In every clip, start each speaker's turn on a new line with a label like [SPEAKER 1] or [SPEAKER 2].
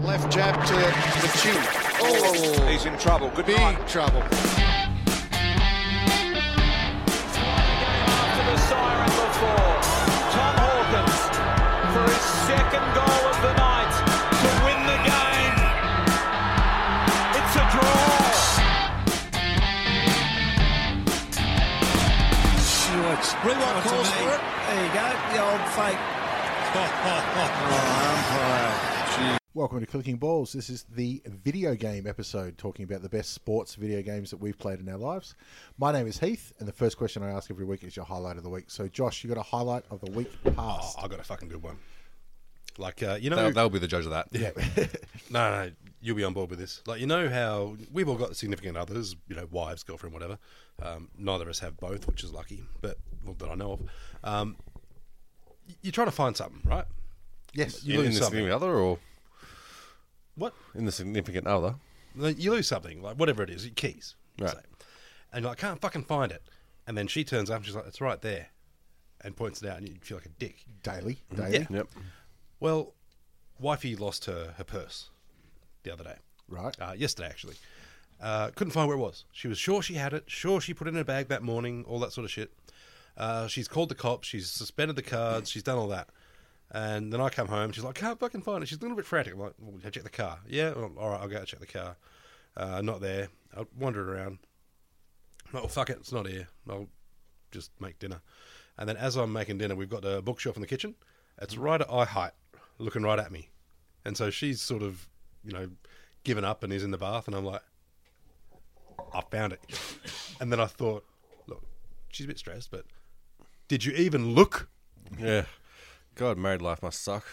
[SPEAKER 1] Left jab to the chin. Oh,
[SPEAKER 2] He's in trouble. Good
[SPEAKER 1] big
[SPEAKER 2] night.
[SPEAKER 1] trouble.
[SPEAKER 3] to the siren before. Tom Hawkins for his second goal of the night to win the game. It's a draw.
[SPEAKER 4] Rewind calls for it. There you go, the old fake.
[SPEAKER 5] Welcome to Clicking Balls. This is the video game episode talking about the best sports video games that we've played in our lives. My name is Heath, and the first question I ask every week is your highlight of the week. So, Josh, you got a highlight of the week
[SPEAKER 2] Uh,
[SPEAKER 5] past?
[SPEAKER 6] I got a fucking good one. Like uh, you know,
[SPEAKER 2] They'll, they'll be the judge of that.
[SPEAKER 6] yeah. no, no, you'll be on board with this. Like you know how we've all got significant others, you know, wives, girlfriend, whatever. Um, neither of us have both, which is lucky, but well, that I know of. Um, y- you're trying to find something, right?
[SPEAKER 5] yes.
[SPEAKER 6] You
[SPEAKER 2] In,
[SPEAKER 6] lose
[SPEAKER 2] the
[SPEAKER 6] something.
[SPEAKER 2] significant other or
[SPEAKER 6] What?
[SPEAKER 2] in the significant other?
[SPEAKER 6] Like, You lose something, like whatever it is, your keys,
[SPEAKER 2] Right.
[SPEAKER 6] say. and you're like, can't fucking find it. And then she turns up, and she's like, it's right there, and points it out, and you feel like a dick.
[SPEAKER 5] Daily. Daily.
[SPEAKER 2] Yep.
[SPEAKER 6] Well, wifey lost her, her purse the other day.
[SPEAKER 5] Right.
[SPEAKER 6] Uh, yesterday, actually. Uh, couldn't find where it was. She was sure she had it, sure she put it in her bag that morning, all that sort of shit. Uh, she's called the cops, she's suspended the cards, she's done all that. And then I come home, she's like, can't fucking find it. She's a little bit frantic. I'm like, well, check the car. Yeah, well, all right, I'll go check the car. Uh, not there. I wandered around. I'm like, well, fuck it, it's not here. I'll just make dinner. And then as I'm making dinner, we've got a bookshelf in the kitchen.
[SPEAKER 2] Mm.
[SPEAKER 6] It's right at eye height, looking right at me. And so she's sort of, you know, given up and is in the bath. And I'm like, I found it. And then I thought, look, she's a bit stressed, but did you even look?
[SPEAKER 2] Yeah. God, married life must suck.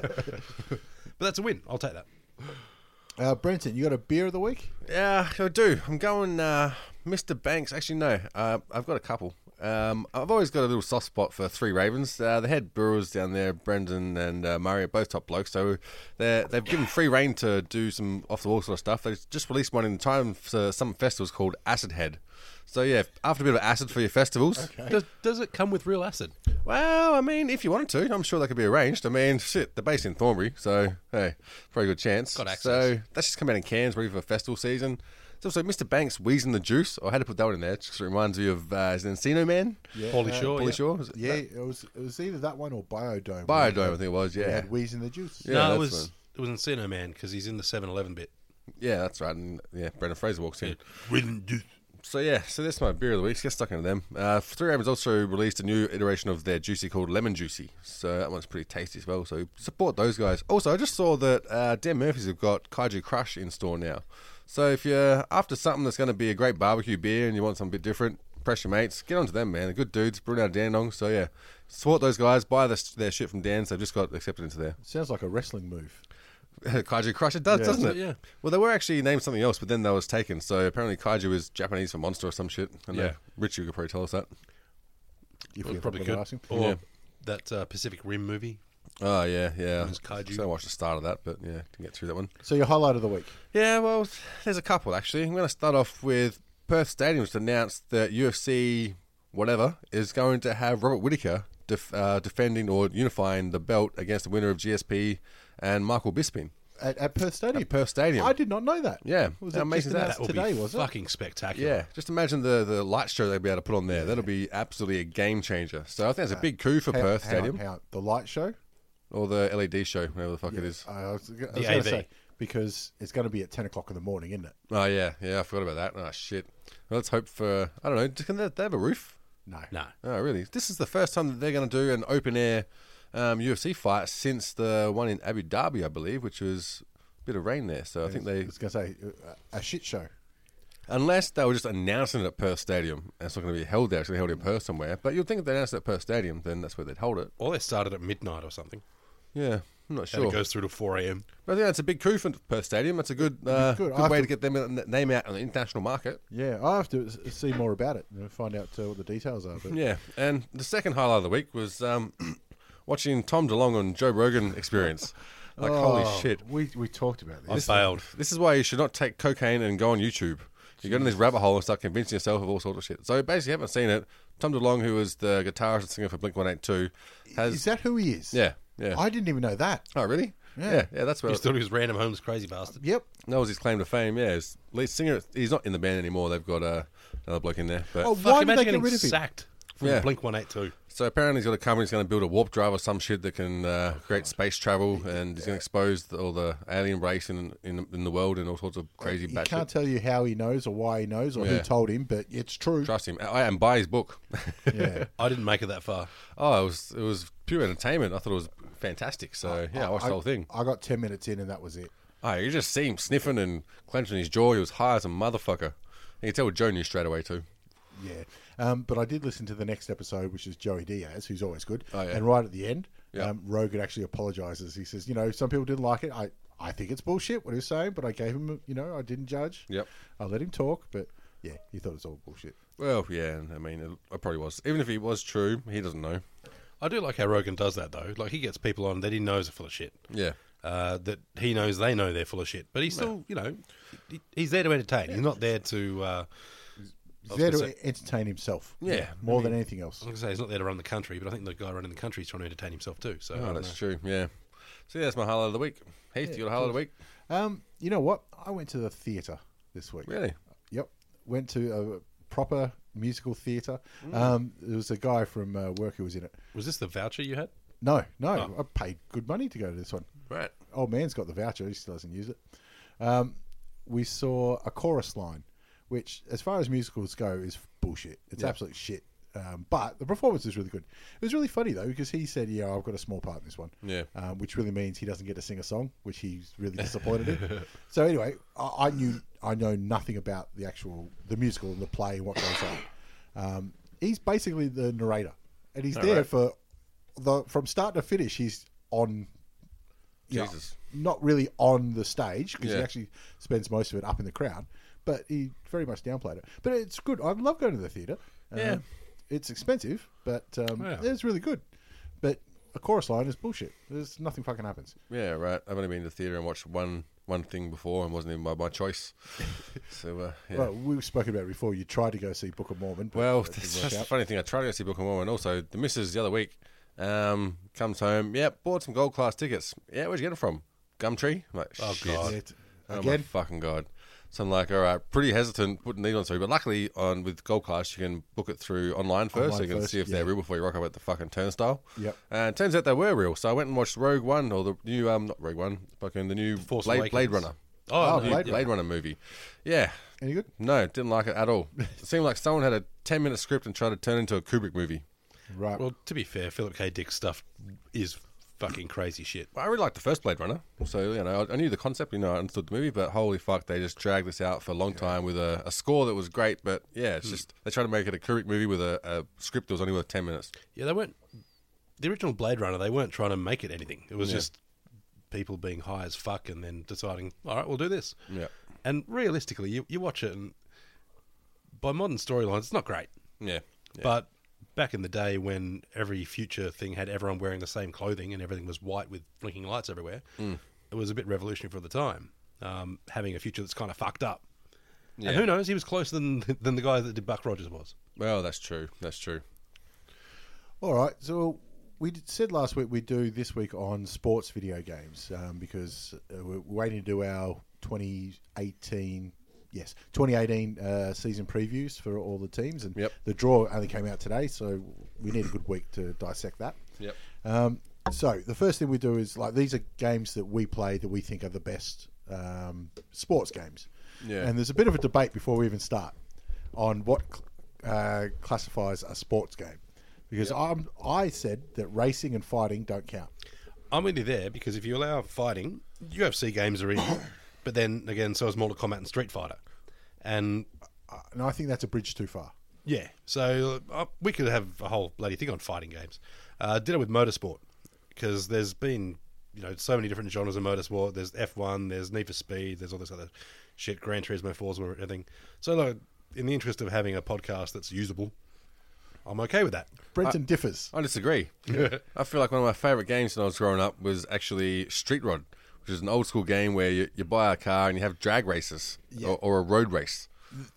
[SPEAKER 6] But that's a win. I'll take that.
[SPEAKER 5] Uh, Brenton, you got a beer of the week?
[SPEAKER 2] yeah, I do. I'm going uh, Mr. Banks. Actually, no. Uh, I've got a couple. Um, I've always got a little soft spot for Three Ravens. Uh, the head brewers down there, Brendan and uh, Murray, are both top blokes. So they're, they've given free reign to do some off the wall sort of stuff. They just released one in time for some festivals called Acid Head. So yeah, after a bit of acid for your festivals,
[SPEAKER 6] Does, does it come with real acid?
[SPEAKER 2] Well, I mean, if you wanted to, I'm sure they could be arranged. I mean, shit, they're based in Thornbury, so hey, pretty good chance.
[SPEAKER 6] Got access.
[SPEAKER 2] So that's just come out in cans, ready for festival season. It's also Mr. Banks wheezing the juice. I had to put that one in there. It just reminds me of uh, is it Encino Man?
[SPEAKER 5] Yeah.
[SPEAKER 6] Paulie Shaw.
[SPEAKER 2] uh, Paulie
[SPEAKER 6] yeah.
[SPEAKER 2] Shaw? Is it
[SPEAKER 5] Yeah,
[SPEAKER 2] that?
[SPEAKER 5] it was it was either that one or Biodome.
[SPEAKER 2] Biodome, I think it was,
[SPEAKER 5] They
[SPEAKER 2] yeah.
[SPEAKER 5] had Wheeze in the Juice.
[SPEAKER 2] Yeah,
[SPEAKER 6] no,
[SPEAKER 2] that's
[SPEAKER 6] it was
[SPEAKER 2] one.
[SPEAKER 6] it was Encino Man because he's in the 7-Eleven bit.
[SPEAKER 2] Yeah, that's right. And yeah, Brendan Fraser walks in. So yeah, so that's my beer of the week. Get stuck into them. Uh, Three Ravens also released a new iteration of their juicy called Lemon Juicy. So that one's pretty tasty as well. So support those guys. Also, I just saw that uh, Dan Murphy's have got Kaiju Crush in store now. So if you're after something that's going to be a great barbecue beer and you want something a bit different, press your mates. Get onto them, man. They're good dudes. Brewing out of Dandong. So yeah, support those guys. Buy their, their shit from Dan's. They've just got accepted into there.
[SPEAKER 5] Sounds like a wrestling move.
[SPEAKER 2] Kaiju Crush. It does, doesn't it?
[SPEAKER 6] Yeah.
[SPEAKER 2] Well, they were actually named something else, but then that was taken. So apparently, Kaiju is Japanese for monster or some shit. And
[SPEAKER 6] Yeah.
[SPEAKER 2] yeah. Richie could probably tell us that.
[SPEAKER 5] If
[SPEAKER 6] Well,
[SPEAKER 5] you
[SPEAKER 6] probably
[SPEAKER 5] could
[SPEAKER 6] good.
[SPEAKER 5] ask him.
[SPEAKER 6] Or
[SPEAKER 2] Yeah.
[SPEAKER 6] that uh, Pacific Rim movie.
[SPEAKER 2] Oh yeah, yeah.
[SPEAKER 6] was Kaiju.
[SPEAKER 2] So I watched the start of that, but yeah, didn't get through that one.
[SPEAKER 5] So your highlight of the week.
[SPEAKER 2] Yeah, well, there's a couple actually. I'm going to start off with Perth Stadium's announced that UFC whatever is going to have Robert Whitaker def- uh, defending or unifying the belt against the winner of GSP and Michael Bisping.
[SPEAKER 5] At, at Perth Stadium.
[SPEAKER 2] At Perth Stadium.
[SPEAKER 5] I did not know that.
[SPEAKER 2] Yeah,
[SPEAKER 5] Was
[SPEAKER 2] how
[SPEAKER 5] it
[SPEAKER 2] amazing
[SPEAKER 5] just
[SPEAKER 2] is that?
[SPEAKER 5] announced
[SPEAKER 2] That would
[SPEAKER 5] today,
[SPEAKER 6] be
[SPEAKER 5] was it?
[SPEAKER 6] fucking spectacular.
[SPEAKER 2] Yeah, just imagine the, the light show they'll be able to put on there. That'll be absolutely a game changer. So I think it's a big coup for
[SPEAKER 5] Hang-
[SPEAKER 2] Perth
[SPEAKER 5] hang on,
[SPEAKER 2] Stadium
[SPEAKER 5] hang on. The light show?
[SPEAKER 2] or the LED show, whatever the fuck it is.
[SPEAKER 5] I was, I was
[SPEAKER 6] The
[SPEAKER 5] going
[SPEAKER 6] AV.
[SPEAKER 5] to say because it's going to be at ten o'clock in the morning, isn't it?
[SPEAKER 2] Oh yeah, yeah, I forgot about that. Oh shit. Well, let's hope for I don't know. Can they, they have a roof?
[SPEAKER 5] No.
[SPEAKER 6] No.
[SPEAKER 2] Oh really? This is the first time that they're going to do an open air um, UFC fight since the one in Abu Dhabi, I believe, which was a bit of rain there. So I think they
[SPEAKER 5] I was going to say uh, a shit show.
[SPEAKER 2] Unless they were just announcing it at Perth Stadium, and it's not going to be held there. It's going to be held in Perth somewhere. But you'd think if they announced it at Perth Stadium, then that's where they'd hold it.
[SPEAKER 6] Or they started at midnight or something.
[SPEAKER 2] Yeah, I'm not
[SPEAKER 6] And
[SPEAKER 2] sure.
[SPEAKER 6] it goes through to 4 a.m.
[SPEAKER 2] But I think that's a big coup for Perth Stadium. That's a good, uh,
[SPEAKER 5] good.
[SPEAKER 2] good,
[SPEAKER 5] I
[SPEAKER 2] way
[SPEAKER 5] have
[SPEAKER 2] to get them in- name out on the international market.
[SPEAKER 5] Yeah, I have to s- see more about it and find out uh, what the details are. But
[SPEAKER 2] Yeah, and the second highlight of the week was um, watching Tom DeLong on Joe Rogan Experience. Like,
[SPEAKER 5] Oh.
[SPEAKER 2] holy shit.
[SPEAKER 5] we we talked about
[SPEAKER 6] I
[SPEAKER 5] this.
[SPEAKER 6] failed.
[SPEAKER 2] This is why you should not take cocaine and go on YouTube. You go down this rabbit hole and start convincing yourself of all sorts of shit. So basically, if you haven't seen it. Tom DeLong, who was the guitarist and singer for Blink One Eight Two, has
[SPEAKER 5] Is that who he is?
[SPEAKER 2] yeah, yeah.
[SPEAKER 5] I didn't even know that.
[SPEAKER 2] oh, really?
[SPEAKER 5] Yeah.
[SPEAKER 2] yeah, yeah, that's where
[SPEAKER 6] You thought he was random homeless crazy bastard.
[SPEAKER 5] Yep.
[SPEAKER 2] that was his claim to fame. Yeah, his lead singer. He's not in the band anymore. They've got uh, another bloke in there. But
[SPEAKER 5] Oh,
[SPEAKER 6] Fuck,
[SPEAKER 5] why did
[SPEAKER 6] imagine
[SPEAKER 5] they get
[SPEAKER 6] getting
[SPEAKER 5] rid of him?
[SPEAKER 6] sacked from
[SPEAKER 2] Yeah.
[SPEAKER 6] Blink 182.
[SPEAKER 2] So apparently he's got a company that's going to build a warp drive or some shit that can uh, create space travel, and he's going to expose the, all the alien race in, in in the world and all sorts of crazy
[SPEAKER 5] He can't
[SPEAKER 2] batshit.
[SPEAKER 5] tell you how he knows or why he knows or who
[SPEAKER 2] Yeah.
[SPEAKER 5] told him, but it's true.
[SPEAKER 2] Trust him. I, and buy his book.
[SPEAKER 5] Yeah.
[SPEAKER 6] I didn't make it that far.
[SPEAKER 2] oh, it was it was pure entertainment. I thought it was fantastic. So yeah, I watched
[SPEAKER 5] I-
[SPEAKER 2] the whole thing.
[SPEAKER 5] I got ten minutes in and that was it.
[SPEAKER 2] Oh, you just see him sniffing and clenching his jaw. He was high as a motherfucker. You can tell Joe knew straight away too.
[SPEAKER 5] Yeah. Um, but I did listen to the next episode, which is Joey Diaz, who's always good.
[SPEAKER 2] Oh, yeah.
[SPEAKER 5] And right at the end,
[SPEAKER 2] Yeah.
[SPEAKER 5] um, Rogan actually apologizes. He says, you know, some people didn't like it. I, I think it's bullshit what he was saying, but I gave him, you know, I didn't judge.
[SPEAKER 2] Yep.
[SPEAKER 5] I let him talk, but yeah, he thought it was all bullshit.
[SPEAKER 2] Well, yeah, and I mean, it, it probably was. Even if it was true, he doesn't know.
[SPEAKER 6] I do like how Rogan does that though. Like he gets people on that he knows are full of shit.
[SPEAKER 2] Yeah.
[SPEAKER 6] Uh, that he knows they know they're full of shit, but he's still, you know, he, he's there to entertain. He's not there to. Uh, I
[SPEAKER 5] He's
[SPEAKER 6] was
[SPEAKER 5] there to
[SPEAKER 6] gonna say-
[SPEAKER 5] entertain himself.
[SPEAKER 2] Yeah. Mm.
[SPEAKER 5] More than anything else.
[SPEAKER 6] I was gonna say he's not there to run the country, but I think the guy running the country is trying to entertain himself too. So I
[SPEAKER 2] Oh,
[SPEAKER 6] don't
[SPEAKER 2] that's
[SPEAKER 6] know.
[SPEAKER 2] true. Yeah. So yeah, that's my highlight of the week. Heath, you got a highlight of the week?
[SPEAKER 5] Um, you know what? I went to the theatre this week.
[SPEAKER 2] Really?
[SPEAKER 5] Yep. Went to a proper musical theatre.
[SPEAKER 2] Mm.
[SPEAKER 5] Um, there was a guy from uh, work who was in it.
[SPEAKER 6] was this the voucher you had?
[SPEAKER 5] No, no,
[SPEAKER 2] Oh.
[SPEAKER 5] I paid good money to go to this one.
[SPEAKER 2] Right.
[SPEAKER 5] Old man's got the voucher; he still doesn't use it. Um, we saw a chorus line, which, as far as musicals go, is bullshit. It's absolute shit. Um, but the performance was really good. It was really funny though because he said, "Yeah, I've got a small part in this one."
[SPEAKER 2] Yeah.
[SPEAKER 5] um, which really means he doesn't get to sing a song, which he's really disappointed in. So anyway, I, I knew I know nothing about the actual the musical and the play and what goes on. Um, he's basically the narrator, and he's there for the from start to finish. He's on. you know,
[SPEAKER 2] Jesus.
[SPEAKER 5] not really on the stage because he
[SPEAKER 2] Yeah.
[SPEAKER 5] actually spends most of it up in the crowd, but he very much downplayed it. But it's good. I love going to the theatre. Yeah, it's expensive, but um,
[SPEAKER 6] Yeah.
[SPEAKER 5] it's really good. But a chorus line is bullshit. There's nothing fucking happens.
[SPEAKER 2] Yeah, right. I've only been to theatre and watched one one thing before, and wasn't even by my choice. so uh, yeah.
[SPEAKER 5] Well,
[SPEAKER 2] Well,
[SPEAKER 5] we've spoken about it before. You tried to go see Book of Mormon. But it didn't
[SPEAKER 2] that's,
[SPEAKER 5] work
[SPEAKER 2] that's the
[SPEAKER 5] out.
[SPEAKER 2] funny thing. I tried to go see Book of Mormon. Also, the missus the other week um, comes home. Yeah, bought some gold class tickets. Yeah, where'd you get it from? Gumtree. I'm like, oh shit.
[SPEAKER 6] God.
[SPEAKER 5] It-
[SPEAKER 2] Oh my
[SPEAKER 5] again,
[SPEAKER 2] fucking god. So I'm like, all right, pretty hesitant putting these on through, but luckily on with Gold Class you can book it through online first, so
[SPEAKER 5] Online
[SPEAKER 2] you can
[SPEAKER 5] first,
[SPEAKER 2] see if
[SPEAKER 5] yeah.
[SPEAKER 2] they're real before you rock up at the fucking turnstile.
[SPEAKER 5] Yep.
[SPEAKER 2] And it turns out they were real, so I went and watched Rogue One or the new um not Rogue One, fucking the new
[SPEAKER 6] Force
[SPEAKER 2] Blade, Blade
[SPEAKER 6] Awakens.
[SPEAKER 2] Runner.
[SPEAKER 6] Oh,
[SPEAKER 5] Oh,
[SPEAKER 6] no,
[SPEAKER 5] Blade
[SPEAKER 2] Blade,
[SPEAKER 5] Runner.
[SPEAKER 2] Blade Runner movie. Yeah.
[SPEAKER 5] any good?
[SPEAKER 2] No, didn't like it at all. It seemed like someone had a ten minute script and tried to turn it into a Kubrick movie.
[SPEAKER 5] Right.
[SPEAKER 6] well, to be fair, Philip K. Dick's stuff is fucking crazy shit.
[SPEAKER 2] Well, I really liked the first Blade Runner, so you know I, I knew the concept, you know, I understood the movie, but holy fuck, they just dragged this out for a long time with a, a score that was great, but yeah, it's just they tried to make it a Kubrick movie with a, a script that was only worth ten minutes.
[SPEAKER 6] Yeah, they weren't the original Blade Runner. They weren't trying to make it anything. It was just people being high as fuck and then deciding, all right, we'll do this.
[SPEAKER 2] Yeah.
[SPEAKER 6] And realistically, you, you watch it, and by modern storylines, it's not great.
[SPEAKER 2] Yeah,
[SPEAKER 6] But back in the day when every future thing had everyone wearing the same clothing and everything was white with blinking lights everywhere,
[SPEAKER 2] Mm.
[SPEAKER 6] it was a bit revolutionary for the time. Um, having a future that's kind of fucked up.
[SPEAKER 2] Yeah.
[SPEAKER 6] And who knows? He was closer than than the guy that did Buck Rogers was.
[SPEAKER 2] well, that's true, that's true.
[SPEAKER 5] All right. So we did, said last week we do this week on sports video games um, because uh, we're waiting to do our 2018. Yes, 2018 uh, season previews for all the teams, and
[SPEAKER 2] Yep.
[SPEAKER 5] the draw only came out today, so we need a good week to dissect that.
[SPEAKER 2] Yep.
[SPEAKER 5] Um, so the first thing we do is like these are games that we play that we think are the best um, sports games.
[SPEAKER 2] Yeah.
[SPEAKER 5] And there's a bit of a debate before we even start on what cl- uh, classifies a sports game, because I'm, I said that racing and fighting don't count.
[SPEAKER 6] I'm with you there because if you allow fighting, UFC games are in, but then again, so is Mortal Kombat and Street Fighter. and
[SPEAKER 5] And I think that's a bridge too far.
[SPEAKER 6] yeah, so uh, we could have a whole bloody thing on fighting games. Uh, did it with motorsport because there's been you know so many different genres of motorsport. There's F1, there's Need for Speed, there's all this other shit, Gran Turismo, Forza, and everything. So like, in the interest of having a podcast that's usable, I'm okay with that.
[SPEAKER 5] Brenton differs.
[SPEAKER 2] I disagree. I feel like one of my favourite games when I was growing up was actually Street Rod, which is an old school game where you, you buy a car and you have drag races or, or a road race.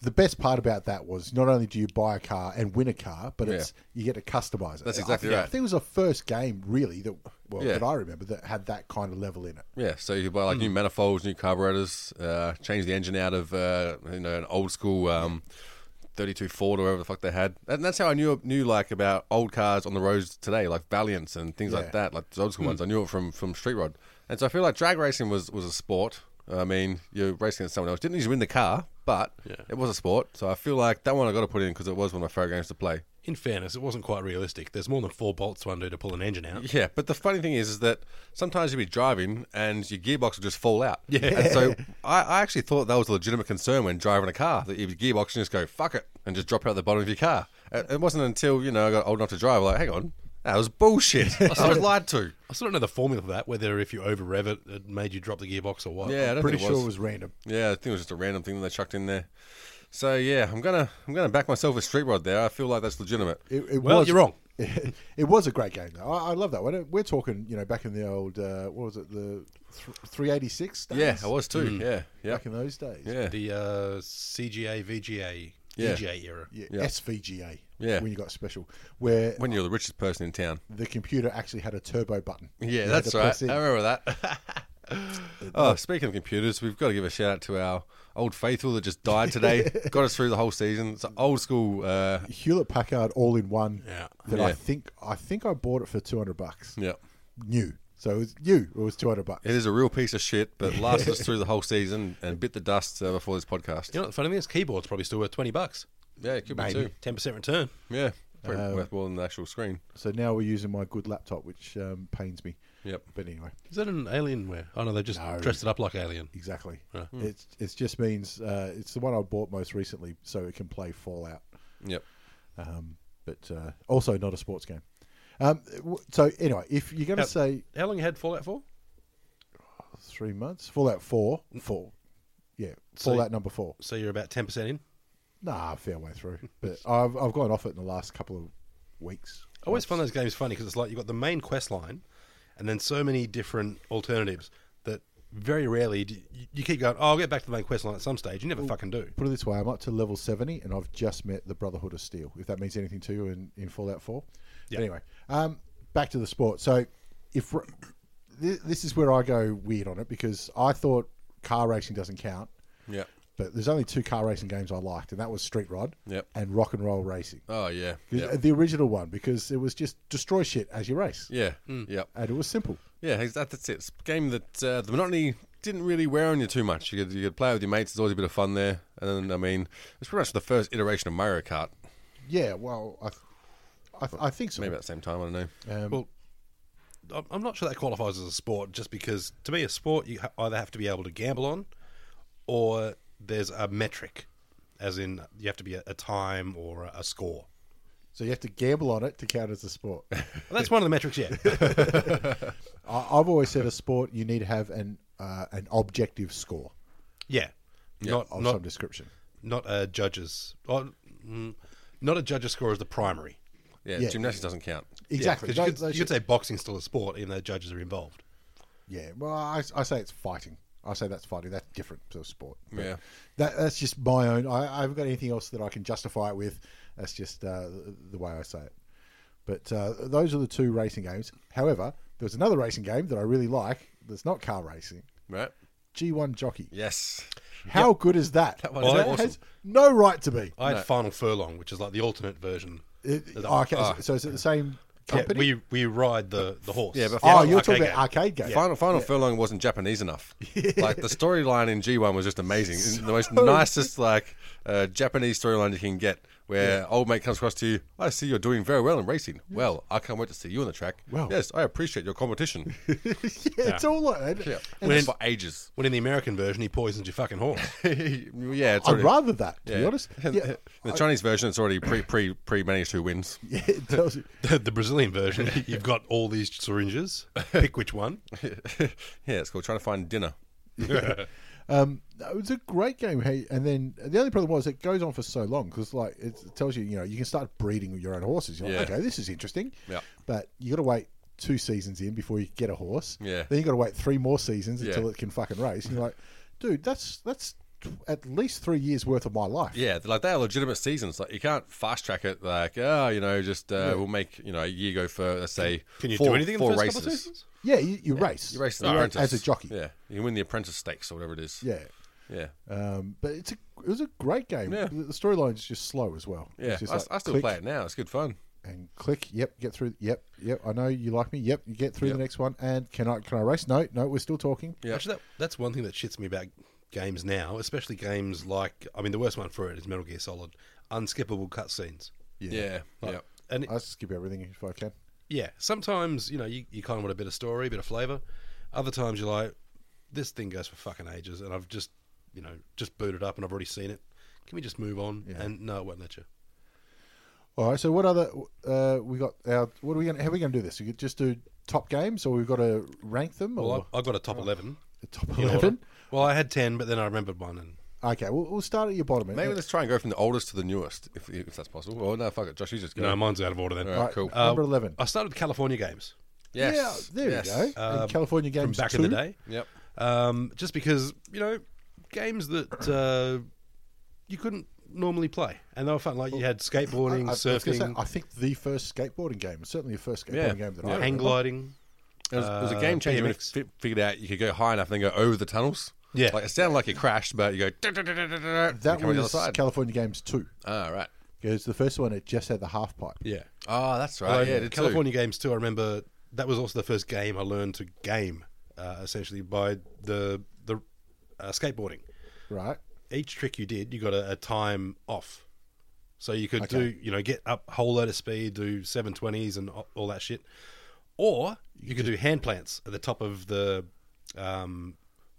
[SPEAKER 5] The best part about that was not only do you buy a car and win a car, but it's you get to customize it.
[SPEAKER 2] That's exactly
[SPEAKER 5] I think, I
[SPEAKER 2] right.
[SPEAKER 5] think it was the first game really that well
[SPEAKER 2] Yeah.
[SPEAKER 5] that I remember that had that kind of level in it.
[SPEAKER 2] Yeah, so you buy like new manifolds, new carburetors, uh, change the engine out of uh, you know an old school um, 32 Ford or whatever the fuck they had, and that's how I knew knew like about old cars on the roads today, like Valiants and things
[SPEAKER 5] Yeah.
[SPEAKER 2] like that, like those old school ones. I knew it from from street rod, and so I feel like drag racing was was a sport. I mean, you're racing against someone else. Didn't usually win the car, but it was a sport. So I feel like that one I got to put in because it was one of my favorite games to play.
[SPEAKER 6] In fairness, it wasn't quite realistic. There's more than four bolts to undo to pull an engine out.
[SPEAKER 2] Yeah, but the funny thing is, is that sometimes you'll be driving and your gearbox will just fall out. Yeah. And so I, I actually thought that was a legitimate concern when driving a car that your gearbox can just go fuck it and just drop out the bottom of your car. It, it wasn't until you know I got old enough to drive like, hang on, that was bullshit. I was lied to.
[SPEAKER 6] I still don't know the formula for that. Whether if you over rev it, it made you drop the gearbox or what.
[SPEAKER 2] Yeah, I don't
[SPEAKER 5] Pretty
[SPEAKER 2] think
[SPEAKER 5] sure it was random.
[SPEAKER 2] Yeah, I think it was just a random thing that they chucked in there. So yeah, I'm gonna I'm gonna back myself with street rod there. I feel like that's legitimate.
[SPEAKER 5] It, it
[SPEAKER 6] Well,
[SPEAKER 5] was,
[SPEAKER 6] you're wrong.
[SPEAKER 5] It, was a great game though. I, I love that one. We're talking, you know, back in the old uh, what was it, the th- 386 days?
[SPEAKER 2] yeah, I was too. Yeah, yeah,
[SPEAKER 5] Mm. back in those days.
[SPEAKER 2] yeah.
[SPEAKER 6] The uh, CGA, VGA,
[SPEAKER 2] Yeah.
[SPEAKER 6] EGA E era.
[SPEAKER 5] Yeah,
[SPEAKER 2] Yeah.
[SPEAKER 5] SVGA.
[SPEAKER 2] Yeah.
[SPEAKER 5] when you got special, where
[SPEAKER 2] When you're the richest person in town.
[SPEAKER 5] the computer actually had a turbo button.
[SPEAKER 2] Yeah,
[SPEAKER 5] You had
[SPEAKER 2] that's
[SPEAKER 5] to
[SPEAKER 2] right.
[SPEAKER 5] press in.
[SPEAKER 2] I remember that. oh, speaking of computers, we've got to give a shout out to our old faithful that just died today. got us through the whole season. It's an old school. Uh,
[SPEAKER 5] Hewlett Packard all in one.
[SPEAKER 6] Yeah.
[SPEAKER 5] That I
[SPEAKER 2] Yeah.
[SPEAKER 5] think I think I bought it for two hundred bucks.
[SPEAKER 2] yeah,
[SPEAKER 5] New. So it was new. It was two hundred bucks.
[SPEAKER 2] it is a real piece of shit, but lasted us through the whole season and bit the dust uh, before this podcast.
[SPEAKER 6] You know what the funny thing is? Keyboard's probably still worth 20 bucks.
[SPEAKER 2] Yeah, it could be too.
[SPEAKER 6] 10% return.
[SPEAKER 2] Yeah, probably
[SPEAKER 6] Uh,
[SPEAKER 2] worth more than the actual screen.
[SPEAKER 5] So now we're using my good laptop, which um, pains me.
[SPEAKER 2] Yep.
[SPEAKER 5] But anyway,
[SPEAKER 6] Is that an Alienware? Oh, no, they just dressed it up like Alien.
[SPEAKER 5] exactly. It's it just means uh, it's the one I bought most recently, so it can play Fallout.
[SPEAKER 2] Yep.
[SPEAKER 5] Um, but uh, also not a sports game. Um, w- so anyway, if you're going to
[SPEAKER 6] Yep.
[SPEAKER 5] say
[SPEAKER 6] How long you had Fallout for?
[SPEAKER 5] three months, Fallout Four, four, yeah,
[SPEAKER 6] So-
[SPEAKER 5] Fallout number four.
[SPEAKER 6] So you're about 10% in?
[SPEAKER 5] Nah, fair way through. But I've I've gone off it in the last couple of weeks.
[SPEAKER 6] I always find those games funny because it's like you've got the main quest line and then so many different alternatives that very rarely do you, you keep going, oh, I'll get back to the main quest line at some stage. You never fucking do.
[SPEAKER 5] Put it this way, I'm up to level 70 and I've just met the Brotherhood of Steel, if that means anything to you in, in Fallout 4.
[SPEAKER 6] Yeah.
[SPEAKER 5] Anyway, um, back to the sport. So, if r- thi- this is where I go weird on it because I thought car racing doesn't count,
[SPEAKER 2] Yep.
[SPEAKER 5] but there's only two car racing games I liked, and that was Street Rod
[SPEAKER 2] Yep.
[SPEAKER 5] and Rock and Roll Racing.
[SPEAKER 2] Oh yeah.
[SPEAKER 5] 'Cause-
[SPEAKER 2] Yep.
[SPEAKER 6] uh,
[SPEAKER 5] The original one, because it was just destroy shit as you race.
[SPEAKER 2] Yeah.
[SPEAKER 6] mm.
[SPEAKER 2] Yep.
[SPEAKER 5] And it was simple.
[SPEAKER 2] Yeah, ex- that, that's it. It's a game that uh, the monotony didn't really wear on you too much. You could, you could play with your mates. There's always a bit of fun there. And then, I mean, it's pretty much the first iteration of Mario Kart.
[SPEAKER 5] Yeah, well, I, th- I, th- I think so.
[SPEAKER 2] Maybe about the same time. I don't know.
[SPEAKER 5] Um,
[SPEAKER 6] Well, I'm- I'm not sure that qualifies as a sport just because to me, a sport you ha- either have to be able to gamble on or there's a metric, as in you have to be a, a time or a, a score.
[SPEAKER 5] So you have to gamble on it to count as a sport.
[SPEAKER 6] Well, that's one of the metrics, yeah.
[SPEAKER 5] I, I've always said a sport you need to have an uh, an objective score
[SPEAKER 6] yeah. Not,
[SPEAKER 5] of
[SPEAKER 6] not,
[SPEAKER 5] some description.
[SPEAKER 6] not a judge's. Or, mm, not a judge's score as the primary.
[SPEAKER 2] Yeah,
[SPEAKER 5] Yeah.
[SPEAKER 2] gymnastics doesn't count.
[SPEAKER 5] Exactly.
[SPEAKER 6] Because you,
[SPEAKER 5] Those-
[SPEAKER 6] could,
[SPEAKER 5] those
[SPEAKER 6] you could
[SPEAKER 5] should-
[SPEAKER 6] say boxing's still a sport, even though judges are involved.
[SPEAKER 5] yeah. Well, I, I say it's fighting. I say that's fighting. That's different to a sport. But
[SPEAKER 2] Yeah.
[SPEAKER 5] That, that's just my own. I, I haven't got anything else that I can justify it with. That's just uh, the, the way I say it. But uh, those are the two racing games. However, there's another racing game that I really like that's not car racing
[SPEAKER 2] Right?
[SPEAKER 5] G1 Jockey.
[SPEAKER 2] Yes.
[SPEAKER 5] How good is that? That,
[SPEAKER 2] one is awesome.
[SPEAKER 5] has no right to be.
[SPEAKER 6] I had Final Furlong, which is like the alternate version.
[SPEAKER 5] It-
[SPEAKER 6] Of the-
[SPEAKER 5] oh, okay,
[SPEAKER 2] ah.
[SPEAKER 5] so- so is it the same
[SPEAKER 6] uh, Yeah,
[SPEAKER 5] company?
[SPEAKER 6] we, we ride the, the horse.
[SPEAKER 2] Yeah, but
[SPEAKER 5] oh,
[SPEAKER 2] Yeah,
[SPEAKER 5] you're
[SPEAKER 6] arcade
[SPEAKER 5] talking
[SPEAKER 6] game.
[SPEAKER 5] about arcade game.
[SPEAKER 2] Final Final Furlong wasn't Japanese enough. like the storyline in G1 was just amazing. the most nicest like uh, Japanese storyline you can get where old mate comes across to you. I see you're doing very well in racing. Well, I can't wait to see you on the track.
[SPEAKER 5] Wow.
[SPEAKER 2] Yes, I appreciate your competition.
[SPEAKER 5] Yeah, it's all like that.
[SPEAKER 2] yeah,
[SPEAKER 5] And
[SPEAKER 2] Went
[SPEAKER 5] it's-
[SPEAKER 2] for ages.
[SPEAKER 6] When in the American version, he poisons your fucking horse.
[SPEAKER 2] yeah, it's
[SPEAKER 5] I'd
[SPEAKER 2] already,
[SPEAKER 5] rather that, to
[SPEAKER 2] yeah.
[SPEAKER 5] be honest. Yeah,
[SPEAKER 2] In the Chinese version, it's already pre pre pre managed who wins.
[SPEAKER 5] yeah, it tells you.
[SPEAKER 6] the, the Brazilian version, you've got all these syringes. Pick which one.
[SPEAKER 2] yeah, it's called trying to find dinner.
[SPEAKER 5] Um, it was a great game. Hey, and then the only problem was it goes on for so long because like it tells you, you know, you can start breeding your own horses. You're like,
[SPEAKER 2] Yeah.
[SPEAKER 5] okay, this is interesting.
[SPEAKER 2] Yeah.
[SPEAKER 5] But you got to wait two seasons in before you get a horse.
[SPEAKER 2] Yeah.
[SPEAKER 5] Then you got to wait three more seasons until
[SPEAKER 2] Yeah.
[SPEAKER 5] it can fucking race. And you're like, dude, that's that's t- at least three years worth of my life.
[SPEAKER 2] Yeah, they're like they are legitimate seasons. Like you can't fast track it. Like oh, you know, just uh, we'll make you know a year go for let's say
[SPEAKER 6] Can you
[SPEAKER 2] four,
[SPEAKER 6] do anything in the
[SPEAKER 2] four
[SPEAKER 6] first
[SPEAKER 2] races.
[SPEAKER 6] couple of seasons?
[SPEAKER 5] Yeah, you, you race.
[SPEAKER 2] You race the
[SPEAKER 5] You race
[SPEAKER 2] apprentice
[SPEAKER 5] as a jockey.
[SPEAKER 2] Yeah, you can win the apprentice stakes or whatever it is.
[SPEAKER 5] Yeah.
[SPEAKER 2] yeah,
[SPEAKER 5] Um, but it's a it was a great game.
[SPEAKER 2] Yeah.
[SPEAKER 5] The the storyline's just slow as well.
[SPEAKER 2] yeah.
[SPEAKER 5] It's just
[SPEAKER 2] I,
[SPEAKER 5] like
[SPEAKER 2] I still
[SPEAKER 5] click
[SPEAKER 2] play it now. It's good fun.
[SPEAKER 5] and click. Yep, get through. Yep, yep. I know you like me. Yep, you get through
[SPEAKER 2] Yep.
[SPEAKER 5] the next one. And can I can I race? No, no. We're still talking.
[SPEAKER 2] Yeah.
[SPEAKER 6] Actually, that, that's one thing that shits me about games now, especially games like I mean, the worst one for it is Metal Gear Solid, unskippable cutscenes.
[SPEAKER 2] Yeah, yeah.
[SPEAKER 5] uh,
[SPEAKER 6] And
[SPEAKER 2] Uh,
[SPEAKER 5] I skip everything if I can.
[SPEAKER 6] yeah, sometimes you know you, you kind of want a bit of story, a bit of flavour. Other times you're like, this thing goes for fucking ages, and I've just you know just booted up and I've already seen it. Can we just move on? And no, it won't let you.
[SPEAKER 5] All right. So what other uh, we got? Our what are we going? to How are we going to do this? We could just do top games, or we've got to rank them,
[SPEAKER 2] Oh.
[SPEAKER 5] or
[SPEAKER 6] Well, I, I've got a top eleven.
[SPEAKER 5] the top
[SPEAKER 6] in order.
[SPEAKER 5] eleven.
[SPEAKER 6] Well, I had ten, but then I remembered one, and
[SPEAKER 5] Okay, we'll, we'll start at your bottom. end.
[SPEAKER 2] Maybe let's try and go from the oldest to the newest, if, if that's possible. Oh no, fuck it, Josh, you just go.
[SPEAKER 6] no, mine's out of order then.
[SPEAKER 2] All
[SPEAKER 5] All
[SPEAKER 2] right,
[SPEAKER 5] right,
[SPEAKER 2] cool. Uh,
[SPEAKER 5] number eleven.
[SPEAKER 6] I started with California games
[SPEAKER 2] yes,
[SPEAKER 5] Yeah, there
[SPEAKER 2] yes. Uh,
[SPEAKER 5] we go. And California
[SPEAKER 6] from
[SPEAKER 5] games
[SPEAKER 6] back
[SPEAKER 5] 2.
[SPEAKER 6] in the day.
[SPEAKER 2] Yep.
[SPEAKER 6] um, just because you know games that uh, you couldn't normally play, and they were fun. Like you had skateboarding,
[SPEAKER 5] I, I was gonna say,
[SPEAKER 6] surfing,
[SPEAKER 5] I think the first skateboarding game, certainly the first skateboarding
[SPEAKER 2] Yeah.
[SPEAKER 5] game that I
[SPEAKER 6] hang
[SPEAKER 5] remember.
[SPEAKER 6] gliding.
[SPEAKER 2] It was, it was a
[SPEAKER 6] Uh,
[SPEAKER 2] game changer when you
[SPEAKER 6] BMX.
[SPEAKER 2] fi- figured out you could go high enough and then go over the tunnels.
[SPEAKER 6] Yeah.
[SPEAKER 2] like it sounded like you crashed, but you go. That
[SPEAKER 5] That
[SPEAKER 2] come on the other
[SPEAKER 5] was
[SPEAKER 2] side.
[SPEAKER 5] California Games two.
[SPEAKER 2] Ah, right.
[SPEAKER 5] Because the first one, it just had the half pipe.
[SPEAKER 2] Yeah. Oh, that's right.
[SPEAKER 6] Although
[SPEAKER 2] yeah, it did too.
[SPEAKER 6] California games too. I remember that was also the first game I learned to game, uh, essentially by the the uh, skateboarding.
[SPEAKER 5] Right.
[SPEAKER 6] Each trick you did, you got a, a time off, so you could do you know get up a whole load of speed, do seven twenties and a- all that shit, or you could do hand plants at the top of the um,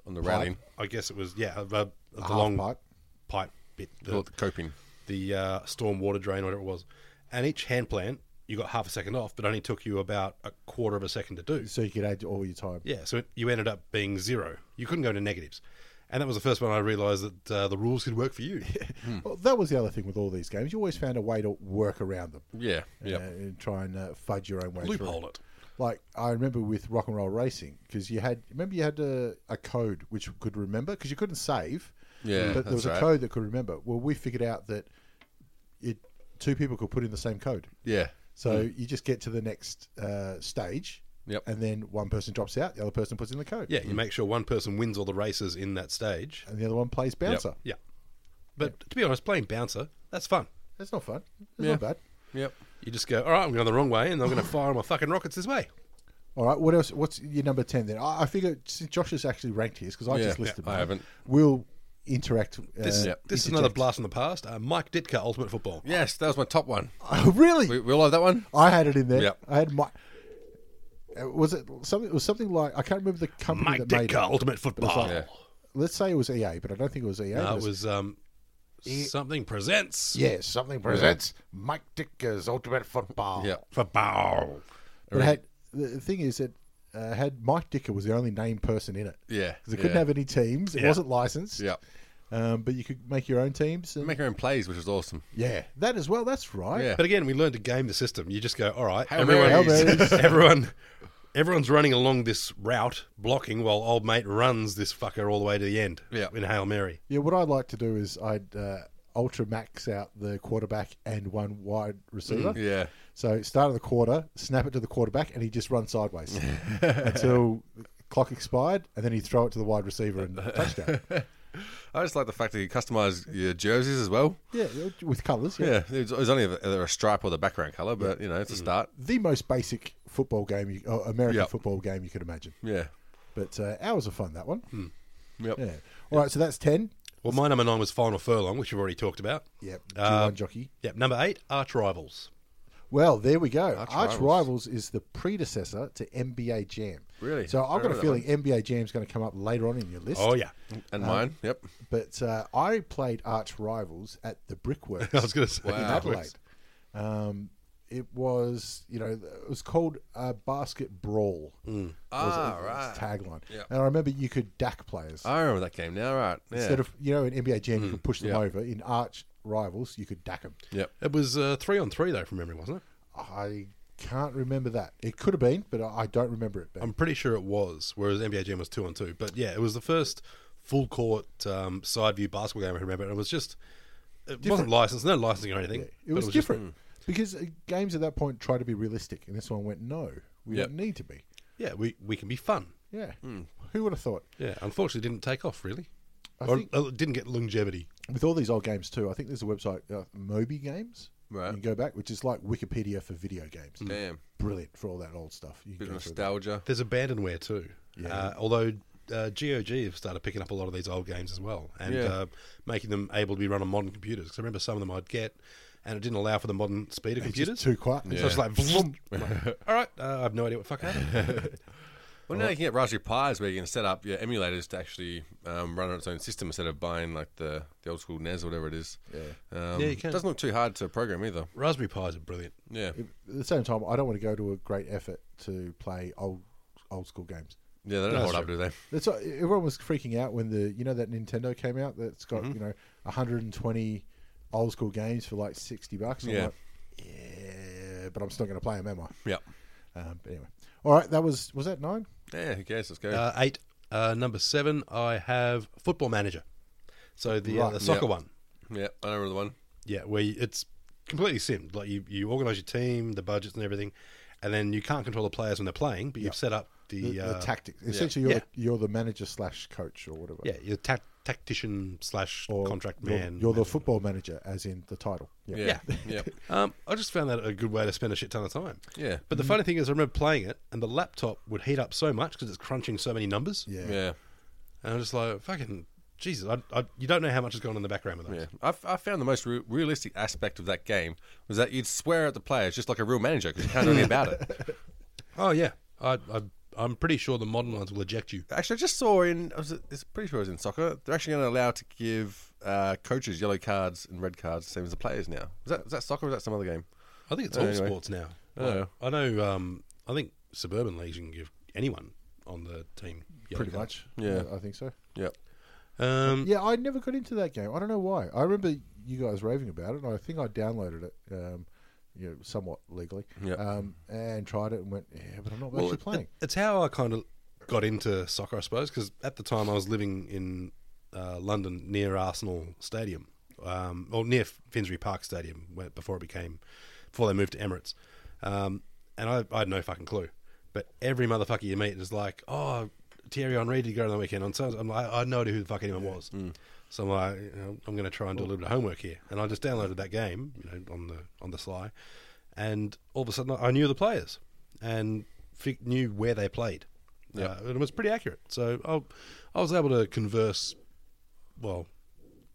[SPEAKER 2] on the railing.
[SPEAKER 6] I guess it was yeah, of, uh, of the
[SPEAKER 5] half
[SPEAKER 6] long
[SPEAKER 5] pipe.
[SPEAKER 6] pipe, bit, the,
[SPEAKER 2] Called the coping.
[SPEAKER 6] the uh, storm water drain, whatever it was, and each hand plant you got half a second off, but only took you about a quarter of a second to do.
[SPEAKER 5] So you could add all your time.
[SPEAKER 6] Yeah, so it, you ended up being zero. You couldn't go to negatives, and that was the first one I realised that uh, the rules could work for you.
[SPEAKER 5] Well, that was the other thing with all these games. You always found a way to work around them.
[SPEAKER 2] Yeah, yeah.
[SPEAKER 5] Uh, and try and uh, fudge your own way through.
[SPEAKER 6] Loophole it.
[SPEAKER 5] Like I remember with Rock and Roll Racing because you had remember you had a, a code which could remember because you couldn't save.
[SPEAKER 2] Yeah,
[SPEAKER 5] but there was
[SPEAKER 2] that's
[SPEAKER 5] a
[SPEAKER 2] right.
[SPEAKER 5] code that could remember. Well, we figured out that it two people could put in the same code.
[SPEAKER 2] yeah.
[SPEAKER 5] So you just get to the next uh, stage,
[SPEAKER 2] Hmm. Yep.
[SPEAKER 5] and then one person drops out, the other person puts in the code,
[SPEAKER 6] Yeah,
[SPEAKER 2] Mm.
[SPEAKER 6] you make sure one person wins all the races in that stage.
[SPEAKER 5] and the other one plays bouncer.
[SPEAKER 6] Yeah, but to be honest, playing bouncer that's fun.
[SPEAKER 5] That's not fun. It's
[SPEAKER 2] Yeah.
[SPEAKER 5] not bad.
[SPEAKER 2] Yep.
[SPEAKER 6] You just go, all right, I'm going the wrong way, and I'm going to fire my fucking rockets this way.
[SPEAKER 5] All right. What else? What's your number ten then? I, I figure since Josh has actually ranked his because I
[SPEAKER 2] Yeah,
[SPEAKER 5] just listed.
[SPEAKER 2] yeah, I
[SPEAKER 5] mine,
[SPEAKER 2] haven't.
[SPEAKER 5] We'll interact. Uh,
[SPEAKER 6] This, this is
[SPEAKER 5] interject.
[SPEAKER 6] another blast from the past. Uh, Mike Ditka, Ultimate Football.
[SPEAKER 2] Yes, that was my top one.
[SPEAKER 5] Oh, really?
[SPEAKER 2] We, we all have that one.
[SPEAKER 5] I had it in there.
[SPEAKER 2] Yep.
[SPEAKER 5] I had my. uh, Was it something? It was something like I can't remember the company
[SPEAKER 6] Mike
[SPEAKER 5] that made
[SPEAKER 6] Ditka,
[SPEAKER 5] it.
[SPEAKER 6] Ultimate Football.
[SPEAKER 2] Yeah.
[SPEAKER 5] Let's say it was EA, but I don't think it was EA.
[SPEAKER 6] No,
[SPEAKER 5] but
[SPEAKER 6] it was um, something presents
[SPEAKER 5] yeah, something presents Mike Dicker's Ultimate Football.
[SPEAKER 2] Yeah.
[SPEAKER 6] football.
[SPEAKER 5] But it had the thing is that uh, had Mike Dicker was the only named person in it.
[SPEAKER 2] Yeah,
[SPEAKER 5] because it couldn't
[SPEAKER 2] yeah.
[SPEAKER 5] have any teams. It
[SPEAKER 6] Yeah.
[SPEAKER 5] wasn't licensed.
[SPEAKER 2] Yeah.
[SPEAKER 5] um, but you could make your own teams. And,
[SPEAKER 2] Make your own plays, which is awesome.
[SPEAKER 5] yeah, that as well. That's right.
[SPEAKER 2] Yeah.
[SPEAKER 6] But again, we learned to game the system. You just go, all right,
[SPEAKER 2] Hail
[SPEAKER 6] everyone,
[SPEAKER 5] Marys.
[SPEAKER 6] everyone, everyone's running along this route, blocking while old mate runs this fucker all the way to the end.
[SPEAKER 2] Yeah.
[SPEAKER 6] in Hail Mary.
[SPEAKER 5] Yeah, what I'd like to do is I'd uh, ultra max out the quarterback and one wide receiver.
[SPEAKER 2] Mm, yeah.
[SPEAKER 5] So start of the quarter, snap it to the quarterback, and he just runs sideways until the clock expired, and then he'd throw it to the wide receiver and touchdown.
[SPEAKER 2] I just like the fact that you customize your jerseys as well.
[SPEAKER 5] yeah, with colours. Yeah.
[SPEAKER 2] Yeah, it's, it's only either a stripe or the background color, but you know it's a start.
[SPEAKER 5] The most basic football game, you, uh, American
[SPEAKER 2] Yep.
[SPEAKER 5] football game you could imagine.
[SPEAKER 2] Yeah.
[SPEAKER 5] But uh, ours are fun, that one.
[SPEAKER 2] Yep.
[SPEAKER 5] Yeah. All right, so that's 10.
[SPEAKER 6] Well, my number nine was Final Furlong, which we've already talked about.
[SPEAKER 5] Yep.
[SPEAKER 6] Uh,
[SPEAKER 5] G1 jockey.
[SPEAKER 6] Yep. Number eight, Arch Rivals.
[SPEAKER 5] Well, there we go. Arch,
[SPEAKER 2] Rivals.
[SPEAKER 5] Rivals. is the predecessor to NBA Jam.
[SPEAKER 2] Really?
[SPEAKER 5] So
[SPEAKER 2] I
[SPEAKER 5] I've got a
[SPEAKER 2] remember that
[SPEAKER 5] feeling NBA Jam's going to come up later on in your list.
[SPEAKER 6] Oh yeah.
[SPEAKER 2] And mine, yep.
[SPEAKER 5] But uh, I played Arch Rivals at the Brickworks.
[SPEAKER 6] I was going to say.
[SPEAKER 5] in Adelaide. Um, it was, you know, it was called uh, Basket Brawl. Mm.
[SPEAKER 2] Ah,
[SPEAKER 5] was the
[SPEAKER 2] right.
[SPEAKER 5] Tagline. And I remember you could DAC players.
[SPEAKER 2] I remember that game now, right. Yeah. Hmm.
[SPEAKER 5] Instead of, you know, in NBA Jam, you could push them
[SPEAKER 2] Yeah.
[SPEAKER 5] over. In Arch Rivals, you could DAC them.
[SPEAKER 2] Yep.
[SPEAKER 6] It was uh, three on three though, from memory, wasn't it?
[SPEAKER 5] I can't remember that. It could have been, but I I don't remember it. being.
[SPEAKER 6] I'm pretty sure it was. Whereas NBA Jam was two on two, but yeah, it was the first full court um, side view basketball game I remember, and it was just. It wasn't licensed, no licensing or anything.
[SPEAKER 5] it
[SPEAKER 6] but
[SPEAKER 5] was,
[SPEAKER 6] just-
[SPEAKER 2] hmm.
[SPEAKER 5] different because uh, games at that point tried to be realistic, and this one went, "No, we
[SPEAKER 2] Yep. Hmm.
[SPEAKER 5] don't need to be."
[SPEAKER 6] yeah, we, we can be fun.
[SPEAKER 5] Yeah, who would have thought?
[SPEAKER 6] Yeah, unfortunately, it didn't take off really,
[SPEAKER 5] I
[SPEAKER 6] or
[SPEAKER 5] think-
[SPEAKER 6] uh, it didn't get longevity.
[SPEAKER 5] With all these old games too, I think there's a website, uh, Moby Games.
[SPEAKER 2] Right. Hmm.
[SPEAKER 5] You go back, which is like Wikipedia for video games.
[SPEAKER 2] Damn.
[SPEAKER 5] Brilliant for all that old stuff. You
[SPEAKER 2] Bit
[SPEAKER 5] go
[SPEAKER 2] of
[SPEAKER 5] through
[SPEAKER 2] nostalgia.
[SPEAKER 6] There's abandonware too. Uh, although uh, GOG have started picking up a lot of these old games as well and
[SPEAKER 2] Yeah.
[SPEAKER 6] uh, making them able to be run on modern computers. 'Cause I remember some of them I'd get and it didn't allow for the modern speed of
[SPEAKER 5] that. It's just
[SPEAKER 6] computers.
[SPEAKER 5] too quiet.
[SPEAKER 6] So it's like, vroom, like, all right, uh, I have no idea what the fuck happened.
[SPEAKER 2] Well, now you can get Raspberry Pis where you can set up your emulators to actually um, run on its own system instead of buying like the, the old school NES or whatever it is. Yeah. Um,
[SPEAKER 6] Yeah, you can.
[SPEAKER 2] Doesn't look too hard to program either.
[SPEAKER 6] Raspberry Pis are brilliant.
[SPEAKER 2] Yeah.
[SPEAKER 5] At the same time, I don't want to go to a great effort to play old old school games.
[SPEAKER 2] Yeah, they don't hold up, do they?
[SPEAKER 5] That's what, everyone was freaking out when the you know that Nintendo came out that's got
[SPEAKER 6] Mm-hmm.
[SPEAKER 5] you know 120 old school games for like 60 bucks. I'm
[SPEAKER 2] Yeah.
[SPEAKER 5] like, yeah, but I'm still going to play them, am I?
[SPEAKER 2] Yep.
[SPEAKER 5] Um, but anyway, all right. That was was that nine?
[SPEAKER 2] Yeah, who cares? Let's go.
[SPEAKER 6] Uh, eight, uh, number seven, I have Football Manager. So the, uh,
[SPEAKER 5] Right.
[SPEAKER 6] the soccer
[SPEAKER 2] Yep.
[SPEAKER 6] one.
[SPEAKER 2] yeah, I remember the one.
[SPEAKER 6] Yeah, where you, it's completely simmed. Like you, you organize your team, the budgets, and everything, and then you can't control the players when they're playing, but you've set up
[SPEAKER 5] The,
[SPEAKER 6] the,
[SPEAKER 5] the
[SPEAKER 6] uh,
[SPEAKER 5] tactics. Essentially, you're
[SPEAKER 6] Yeah.
[SPEAKER 5] you're the manager slash coach or whatever.
[SPEAKER 6] Yeah, you're tac- tactician slash
[SPEAKER 5] Or
[SPEAKER 6] contract
[SPEAKER 5] you're-
[SPEAKER 6] man.
[SPEAKER 5] You're, the football manager, as in the title. Yeah.
[SPEAKER 2] Yeah. Yeah.
[SPEAKER 6] Um, I just found that a good way to spend a shit ton of time.
[SPEAKER 2] Yeah.
[SPEAKER 6] But
[SPEAKER 5] Mm-hmm.
[SPEAKER 6] the funny thing is, I remember playing it, and the laptop would heat up so much because it's crunching so many numbers.
[SPEAKER 5] Yeah.
[SPEAKER 2] yeah.
[SPEAKER 6] And I'm just like, fucking Jesus, I, I, you don't know how much has gone on in the background of those.
[SPEAKER 2] Yeah, I, f- I found the most re- realistic aspect of that game was that you'd swear at the players just like a real manager because you can't do anything about it.
[SPEAKER 6] Oh yeah, I, I, I'm pretty sure the modern ones will eject you.
[SPEAKER 2] Actually, I just saw in I was it's pretty sure it was in soccer. They're actually going to allow to give uh, coaches yellow cards and red cards the same as the players now. Is that is that soccer? or Is that some other game?
[SPEAKER 6] I think it's all
[SPEAKER 2] Anyway.
[SPEAKER 6] sports now.
[SPEAKER 2] Oh.
[SPEAKER 6] I know. Um, I think suburban leagues you can give anyone on the team. yellow
[SPEAKER 5] Pretty
[SPEAKER 6] card.
[SPEAKER 5] much.
[SPEAKER 2] Yeah.
[SPEAKER 5] I think so.
[SPEAKER 2] Yep.
[SPEAKER 6] Um,
[SPEAKER 5] Yeah, I never got into that game. I don't know why. I remember you guys raving about it, and I think I downloaded it, um, you know, somewhat legally,
[SPEAKER 2] Yeah.
[SPEAKER 5] um, and tried it and went, yeah, but I'm not
[SPEAKER 6] Well,
[SPEAKER 5] actually
[SPEAKER 6] it-
[SPEAKER 5] playing.
[SPEAKER 6] it- it's how I kind of got into soccer, I suppose, because at the time I was living in uh, London near Arsenal Stadium, um, or near Finsbury Park Stadium, where, before it became, before they moved to Emirates, um, and I, I had no fucking clue. But every motherfucker you meet is like, "Oh, Thierry Henry did go on the weekend." On so I'm like, I had no idea who the fuck anyone was. So I'm like, you know, I'm going to try and do a little bit of homework here, and I just downloaded that game, you know, on the on the sly, and all of a sudden I knew the players and fi- knew where they played. Uh, and it was pretty accurate. So I, I was able to converse, well,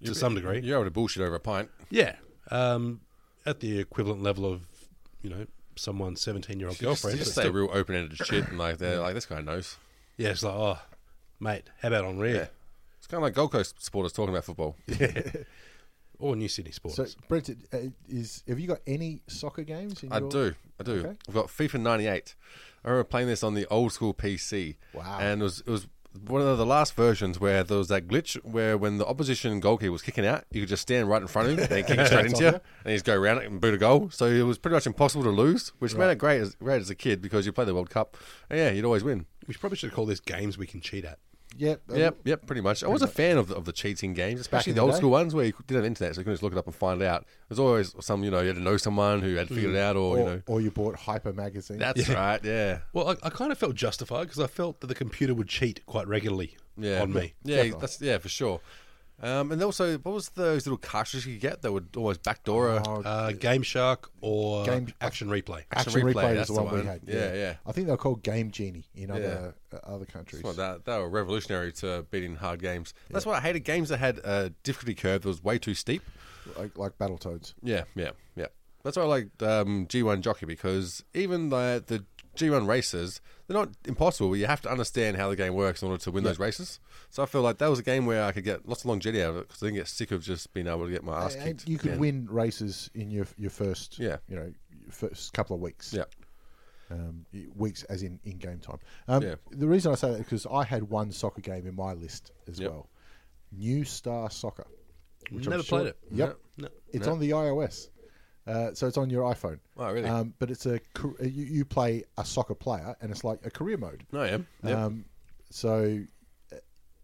[SPEAKER 6] to some degree.
[SPEAKER 2] You're able to bullshit over a pint.
[SPEAKER 6] Yeah. Um, at the equivalent level of, you know, someone's 17 year old
[SPEAKER 2] Just,
[SPEAKER 6] girlfriend.
[SPEAKER 2] just
[SPEAKER 6] but
[SPEAKER 2] say
[SPEAKER 6] still-
[SPEAKER 2] real open-ended shit and like they're like this guy knows.
[SPEAKER 6] yeah, it's like, oh, mate, how about on rear?
[SPEAKER 2] It's kind of like Gold Coast supporters talking about football.
[SPEAKER 6] Or New Sydney Sports.
[SPEAKER 5] So, Brent, it- uh, is have you got any soccer games? In
[SPEAKER 2] I
[SPEAKER 5] your-
[SPEAKER 2] do. I do.
[SPEAKER 5] Okay.
[SPEAKER 2] I've got FIFA 98. I remember playing this on the old school PC.
[SPEAKER 5] Wow.
[SPEAKER 2] And it was, it was one of the last versions where there was that glitch where when the opposition goalkeeper was kicking out, you could just stand right in front of him and kick it straight into you and you just go around it and boot a goal. So it was pretty much impossible to lose, which made it great as, great as a kid because you play the World Cup. And yeah, you'd always win.
[SPEAKER 6] we probably should call this games we can cheat at.
[SPEAKER 5] Yep. um,
[SPEAKER 2] Yep, yep, pretty much. I was a fan of the, of the cheating games, especially
[SPEAKER 5] in
[SPEAKER 2] the
[SPEAKER 5] the
[SPEAKER 2] old
[SPEAKER 5] day?
[SPEAKER 2] school ones where you didn't have internet, so you couldn't just look it up and find out. There's always some, you know, you had to know someone who had figured it out,
[SPEAKER 5] Mm.
[SPEAKER 2] or,
[SPEAKER 5] Or,
[SPEAKER 2] you know,
[SPEAKER 5] or you bought Hyper Magazine.
[SPEAKER 2] that's right, yeah.
[SPEAKER 6] Well, I, I kind of felt justified because I felt that the computer would cheat quite regularly
[SPEAKER 2] yeah.
[SPEAKER 6] on me.
[SPEAKER 2] Yeah, that's yeah for sure. Um, and also, what was those little cartridges you could get that would always backdoor? Oh,
[SPEAKER 6] Uh, Game Shark or
[SPEAKER 5] Game-
[SPEAKER 6] Action Replay.
[SPEAKER 2] Action
[SPEAKER 5] Action
[SPEAKER 2] Replay,
[SPEAKER 5] replay, is
[SPEAKER 2] that's
[SPEAKER 5] the
[SPEAKER 2] the
[SPEAKER 5] one, we
[SPEAKER 2] one.
[SPEAKER 5] had.
[SPEAKER 2] Yeah, yeah.
[SPEAKER 5] I think they were called Game Genie in other uh, other countries.
[SPEAKER 2] Well, that that were revolutionary to beating hard games. That's why I hated games that had a difficulty curve that was way too steep.
[SPEAKER 5] like, like Battletoads.
[SPEAKER 2] Yeah, yeah, yeah. That's why I liked um, G1 Jockey because even the the G1 races, they're not impossible. But you have to understand how the game works in order to win those races. So I feel like that was a game where I could get lots of longevity out of it because I didn't get sick of just being able to get my ass
[SPEAKER 5] And
[SPEAKER 2] kicked.
[SPEAKER 5] you could
[SPEAKER 2] Yeah.
[SPEAKER 5] win races in your your first
[SPEAKER 2] Yeah.
[SPEAKER 5] you know your first couple of weeks.
[SPEAKER 2] Yeah.
[SPEAKER 5] um, weeks as in in game time. Um,
[SPEAKER 2] Yeah.
[SPEAKER 5] The reason I say that because I had one soccer game in my list as
[SPEAKER 2] Yep.
[SPEAKER 5] well, New Star Soccer. Which
[SPEAKER 6] Never played it.
[SPEAKER 5] Yep,
[SPEAKER 6] No.
[SPEAKER 5] it's on the iOS, uh, so it's on your iPhone.
[SPEAKER 2] Oh, really?
[SPEAKER 5] Um, but it's a ca- you, you play a soccer player, and it's like a career mode.
[SPEAKER 2] No, yeah, yeah.
[SPEAKER 5] Um, so uh,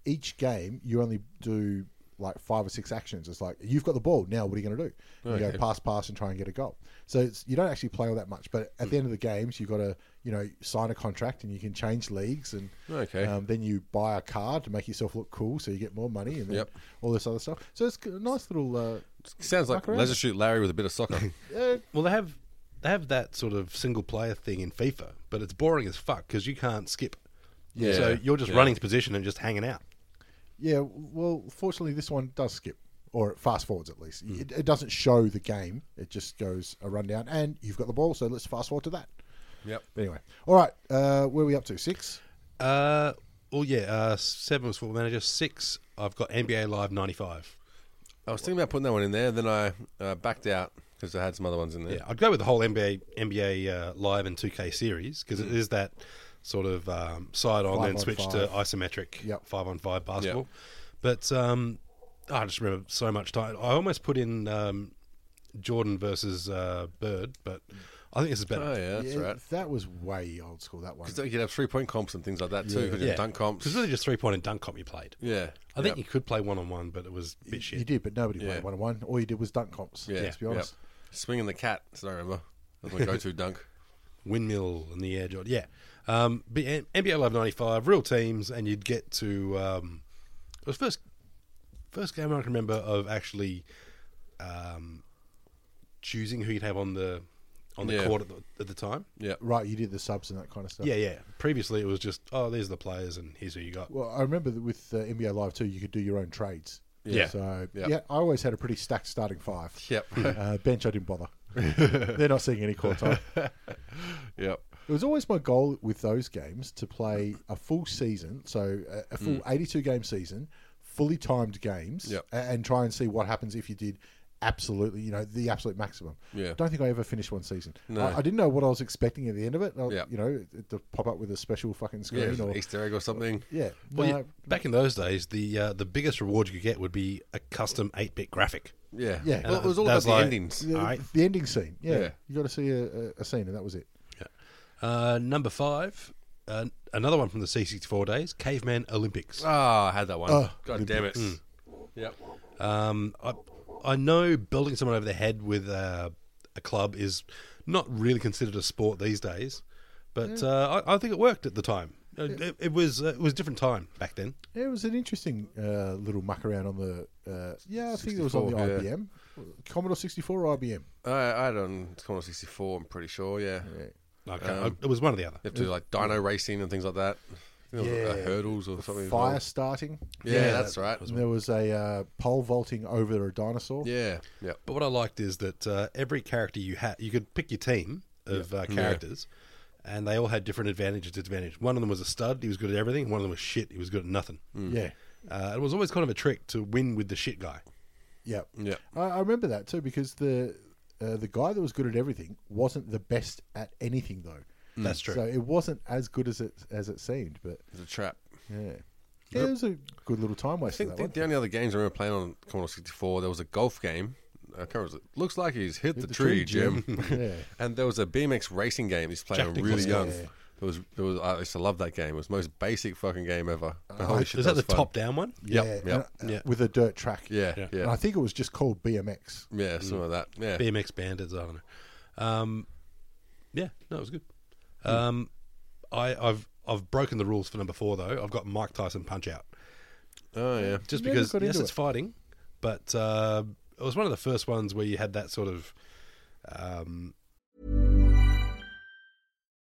[SPEAKER 5] each game you only do like five or six actions. It's like you've got the ball now. What are you going to do? You go pass, pass, and try and get a goal. So it's, you don't actually play all that much. But at the end of the games, you've got to you know sign a contract and you can change leagues and
[SPEAKER 2] Okay.
[SPEAKER 5] um, then you buy a card to make yourself look cool so you get more money and then
[SPEAKER 2] Yep.
[SPEAKER 5] all this other stuff. So it's a nice little. Uh,
[SPEAKER 2] sounds like
[SPEAKER 5] Fuck around.
[SPEAKER 2] Laser Shoot Larry with a bit of soccer.
[SPEAKER 5] uh,
[SPEAKER 6] Well, they have they have that sort of single player thing in FIFA, but it's boring as fuck because you can't skip.
[SPEAKER 2] Yeah.
[SPEAKER 6] So you're just
[SPEAKER 2] Yeah.
[SPEAKER 6] running to position and just hanging out.
[SPEAKER 5] Yeah, well, fortunately, this one does skip, or it fast forwards at least.
[SPEAKER 2] Hmm.
[SPEAKER 5] It, it doesn't show the game, it just goes a rundown, and you've got the ball, so let's fast forward to that.
[SPEAKER 2] Yep.
[SPEAKER 5] But anyway, all right, uh, where are we up to? Six?
[SPEAKER 6] Uh, well, yeah. Uh, seven was Football Manager. Six, I've got NBA Live '95.
[SPEAKER 2] I was thinking about putting that one in there, then I uh, backed out because I had some other ones in there.
[SPEAKER 6] Yeah, I'd go with the whole NBA NBA uh, Live and 2K series because it is that sort of um, side on
[SPEAKER 5] Five
[SPEAKER 6] then
[SPEAKER 5] on
[SPEAKER 6] switch to isometric
[SPEAKER 5] Yep.
[SPEAKER 6] five on five basketball. But um, I just remember so much time. I almost put in um, Jordan versus uh, Bird, but I think this is better.
[SPEAKER 2] Oh yeah, that's
[SPEAKER 5] Yeah,
[SPEAKER 2] right.
[SPEAKER 5] That was way old school, that one.
[SPEAKER 2] So you could have three point comps and things like that too. You could have dunk comps.
[SPEAKER 6] Because really just three point and dunk comp you played.
[SPEAKER 2] Yeah,
[SPEAKER 6] I think
[SPEAKER 2] Yep.
[SPEAKER 6] you could play one on one, but it was a bit shit.
[SPEAKER 5] You did, but nobody
[SPEAKER 2] Yeah.
[SPEAKER 5] played one on one. All you did was dunk comps,
[SPEAKER 2] Yeah,
[SPEAKER 5] let's be
[SPEAKER 2] yep.
[SPEAKER 5] honest.
[SPEAKER 2] Swinging the cat. So I remember. That's my go-to dunk.
[SPEAKER 6] windmill in the air, Jordan. Yeah. Um, but N- NBA Live 95, real teams, and you'd get to. Um, it was first first game I can remember of actually um, choosing who you'd have on the on the
[SPEAKER 2] Yeah.
[SPEAKER 6] court at the, at the time.
[SPEAKER 2] Yeah,
[SPEAKER 5] Right, you did the subs and that kind of stuff.
[SPEAKER 6] Yeah, yeah. Previously, it was just, oh, there's the players, and here's who you got.
[SPEAKER 5] Well, I remember that with uh, NBA Live too, you could do your own trades.
[SPEAKER 6] Yeah.
[SPEAKER 5] So,
[SPEAKER 2] Yeah.
[SPEAKER 5] yeah, I always had a pretty stacked starting five.
[SPEAKER 2] Yep.
[SPEAKER 5] Uh, bench, I didn't bother. They're not seeing any court time.
[SPEAKER 2] yep.
[SPEAKER 5] It was always my goal with those games to play a full season, so a, a full 82 game season, fully timed games,
[SPEAKER 2] Mm. Yep.
[SPEAKER 5] a- and try and see what happens if you did absolutely, you know, the absolute maximum.
[SPEAKER 2] Yeah.
[SPEAKER 5] Don't think I ever finished one season. I, I didn't know what I was expecting at the end of it. I,
[SPEAKER 2] Yeah.
[SPEAKER 5] You know, it- to pop up with a special fucking
[SPEAKER 2] Yeah,
[SPEAKER 5] screen or
[SPEAKER 2] Easter egg or something.
[SPEAKER 5] yeah.
[SPEAKER 6] Well,
[SPEAKER 5] no,
[SPEAKER 6] you- back in those days, the uh, the biggest reward you could get would be a custom 8 bit graphic.
[SPEAKER 2] Yeah,
[SPEAKER 5] Yeah.
[SPEAKER 2] Well, it was all
[SPEAKER 6] That
[SPEAKER 2] about
[SPEAKER 6] was
[SPEAKER 2] the
[SPEAKER 6] like-
[SPEAKER 2] endings.
[SPEAKER 5] the,
[SPEAKER 6] all right.
[SPEAKER 5] the ending scene. Yeah,
[SPEAKER 2] Yeah.
[SPEAKER 5] you got to see a, a- a scene, and that was it.
[SPEAKER 6] Uh, number five, uh, another one from the C64 days Caveman Olympics.
[SPEAKER 2] Ah, I had that one.
[SPEAKER 5] Oh,
[SPEAKER 2] God damn it. Yep.
[SPEAKER 6] Um, I, I know building someone over the head with a, a club is not really considered a sport these days, but uh, I, I think it worked at the time. Uh, It, it was uh, it was a different time back then.
[SPEAKER 5] Yeah, It was an interesting uh, little muck around on the. Uh, yeah, I think it was on the
[SPEAKER 2] 64, yeah.
[SPEAKER 5] IBM, Commodore 64 or IBM.
[SPEAKER 2] I, I had it on Commodore 64. I'm pretty sure. Yeah. You
[SPEAKER 6] Okay, uh, it was one or the other.
[SPEAKER 2] have to do like dyno racing and things like that. You know,
[SPEAKER 5] Yeah.
[SPEAKER 2] uh, hurdles or something. as well.
[SPEAKER 5] Fire starting.
[SPEAKER 2] Yeah, that's right.
[SPEAKER 5] And there was a uh, pole vaulting over a dinosaur.
[SPEAKER 2] Yeah. Yep.
[SPEAKER 6] But what I liked is that uh, every character you had, you could pick your team of uh, characters, and they all had different advantages. Disadvantages. One of them was a stud; he was good at everything. One of them was shit; he was good at nothing.
[SPEAKER 5] Yeah.
[SPEAKER 6] Uh, it was always kind of a trick to win with the shit guy.
[SPEAKER 5] Yeah.
[SPEAKER 2] Yep.
[SPEAKER 5] I, I remember that too because the uh, the guy that was good at everything wasn't the best at anything though.
[SPEAKER 6] That's true.
[SPEAKER 5] So it wasn't as good as it as it seemed, but
[SPEAKER 2] It's a trap.
[SPEAKER 5] yeah. Yeah, it was a good little time
[SPEAKER 2] I
[SPEAKER 5] waste.
[SPEAKER 2] think
[SPEAKER 5] that
[SPEAKER 2] the,
[SPEAKER 5] one.
[SPEAKER 2] the only other games I remember playing on Commodore 64, there was a golf game. I can't remember. Looks like he's hit, the,
[SPEAKER 5] the
[SPEAKER 2] tree,
[SPEAKER 5] tree,
[SPEAKER 2] Jim.
[SPEAKER 5] Jim. Yeah.
[SPEAKER 2] and there was a BMX racing game he's playing
[SPEAKER 6] Jack
[SPEAKER 2] when
[SPEAKER 6] Nicklaus.
[SPEAKER 2] really young.
[SPEAKER 5] Yeah.
[SPEAKER 2] It was, it was, I used to love that game. It was the most basic fucking game ever.
[SPEAKER 5] Ah,
[SPEAKER 2] Holy shit,
[SPEAKER 6] Is that the
[SPEAKER 2] was fun.
[SPEAKER 6] top down one?
[SPEAKER 2] Yep, yep.
[SPEAKER 5] and, uh,
[SPEAKER 6] Yeah.
[SPEAKER 5] With a dirt track.
[SPEAKER 2] Yeah, yeah.
[SPEAKER 6] Yeah.
[SPEAKER 5] And I think it was just called BMX.
[SPEAKER 2] yeah, something like that. Yeah.
[SPEAKER 6] BMX Bandits. I don't know. Um, yeah, no, it was good.
[SPEAKER 2] Hmm.
[SPEAKER 6] Um, I, I've I've broken the rules for number four though. I've got Mike Tyson Punch Out
[SPEAKER 2] Oh yeah.
[SPEAKER 6] just
[SPEAKER 5] Never
[SPEAKER 6] because
[SPEAKER 5] got
[SPEAKER 6] yes,
[SPEAKER 5] into
[SPEAKER 6] it's
[SPEAKER 5] it.
[SPEAKER 6] fighting, but uh, it was one of the first ones where you had that sort of um,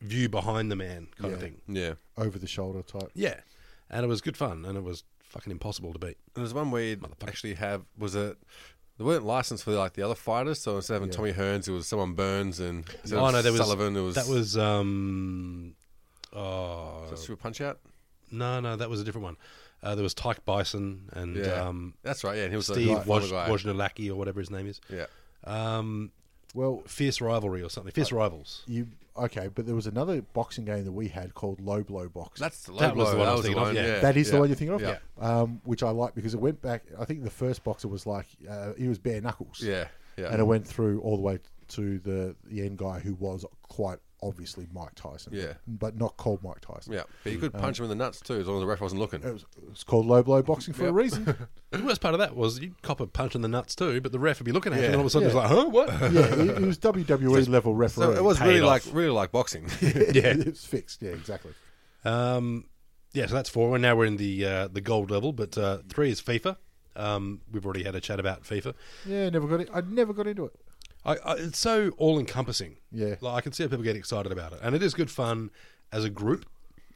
[SPEAKER 6] view behind the man kind of
[SPEAKER 5] Yeah.
[SPEAKER 6] thing.
[SPEAKER 2] Yeah.
[SPEAKER 5] over the shoulder type.
[SPEAKER 6] Yeah, and it was good fun, and it was fucking impossible to beat.
[SPEAKER 2] And there's one where you actually have was it they weren't licensed for like the other fighters, so instead of having Tommy Hearns, it was someone Burns and instead
[SPEAKER 6] oh
[SPEAKER 2] of
[SPEAKER 6] no, there was
[SPEAKER 2] Sullivan. It was
[SPEAKER 6] that was um, oh
[SPEAKER 2] was that Super Punch Out.
[SPEAKER 6] no, no, that was a different one. Uh, there was Tyke Bison and
[SPEAKER 2] Yeah,
[SPEAKER 6] um,
[SPEAKER 2] that's right. Yeah, and he was
[SPEAKER 6] Steve
[SPEAKER 2] the former
[SPEAKER 6] Woj-
[SPEAKER 2] guy.
[SPEAKER 6] Wojnarowski or whatever his name is.
[SPEAKER 2] Yeah,
[SPEAKER 6] Um,
[SPEAKER 5] Well,
[SPEAKER 6] fierce rivalry or something. Fierce rivals.
[SPEAKER 5] you okay? But there was another boxing game that we had called Low Blow Boxing.
[SPEAKER 2] that's the low
[SPEAKER 6] That was
[SPEAKER 2] blow.
[SPEAKER 6] the one I
[SPEAKER 2] That
[SPEAKER 6] was
[SPEAKER 2] was the
[SPEAKER 6] thinking of,
[SPEAKER 2] one.
[SPEAKER 6] yeah.
[SPEAKER 2] Yeah,
[SPEAKER 5] That is
[SPEAKER 2] yeah.
[SPEAKER 5] the one you're thinking of,
[SPEAKER 2] Yeah.
[SPEAKER 5] um, which I like because it went back. I think the first boxer was like uh, he was bare knuckles,
[SPEAKER 2] Yeah, yeah.
[SPEAKER 5] and it went through all the way to the the end guy who was quite obviously Mike Tyson,
[SPEAKER 2] Yeah.
[SPEAKER 5] but not called Mike Tyson.
[SPEAKER 2] Yeah, but you could punch him in the nuts too, as long as the ref wasn't looking.
[SPEAKER 5] It was, it was called low blow boxing for a reason.
[SPEAKER 6] The worst part of that was you'd cop a punch in the nuts too, but the ref would be looking at you, and all of a sudden
[SPEAKER 5] Yeah.
[SPEAKER 6] it's like, huh, what?
[SPEAKER 5] yeah, it, it was WWE level referee.
[SPEAKER 2] so it was really
[SPEAKER 6] Paid off.
[SPEAKER 2] like really like boxing.
[SPEAKER 5] yeah, it's fixed. Yeah, exactly.
[SPEAKER 6] Um, yeah, so that's four, and now we're in the uh, the gold level. But uh, three is FIFA. Um, we've already had a chat about FIFA.
[SPEAKER 5] Yeah, never got it. I never got into it.
[SPEAKER 6] I, I, it's so all encompassing.
[SPEAKER 5] Yeah.
[SPEAKER 6] like I can see how people get excited about it, and it is good fun as a group.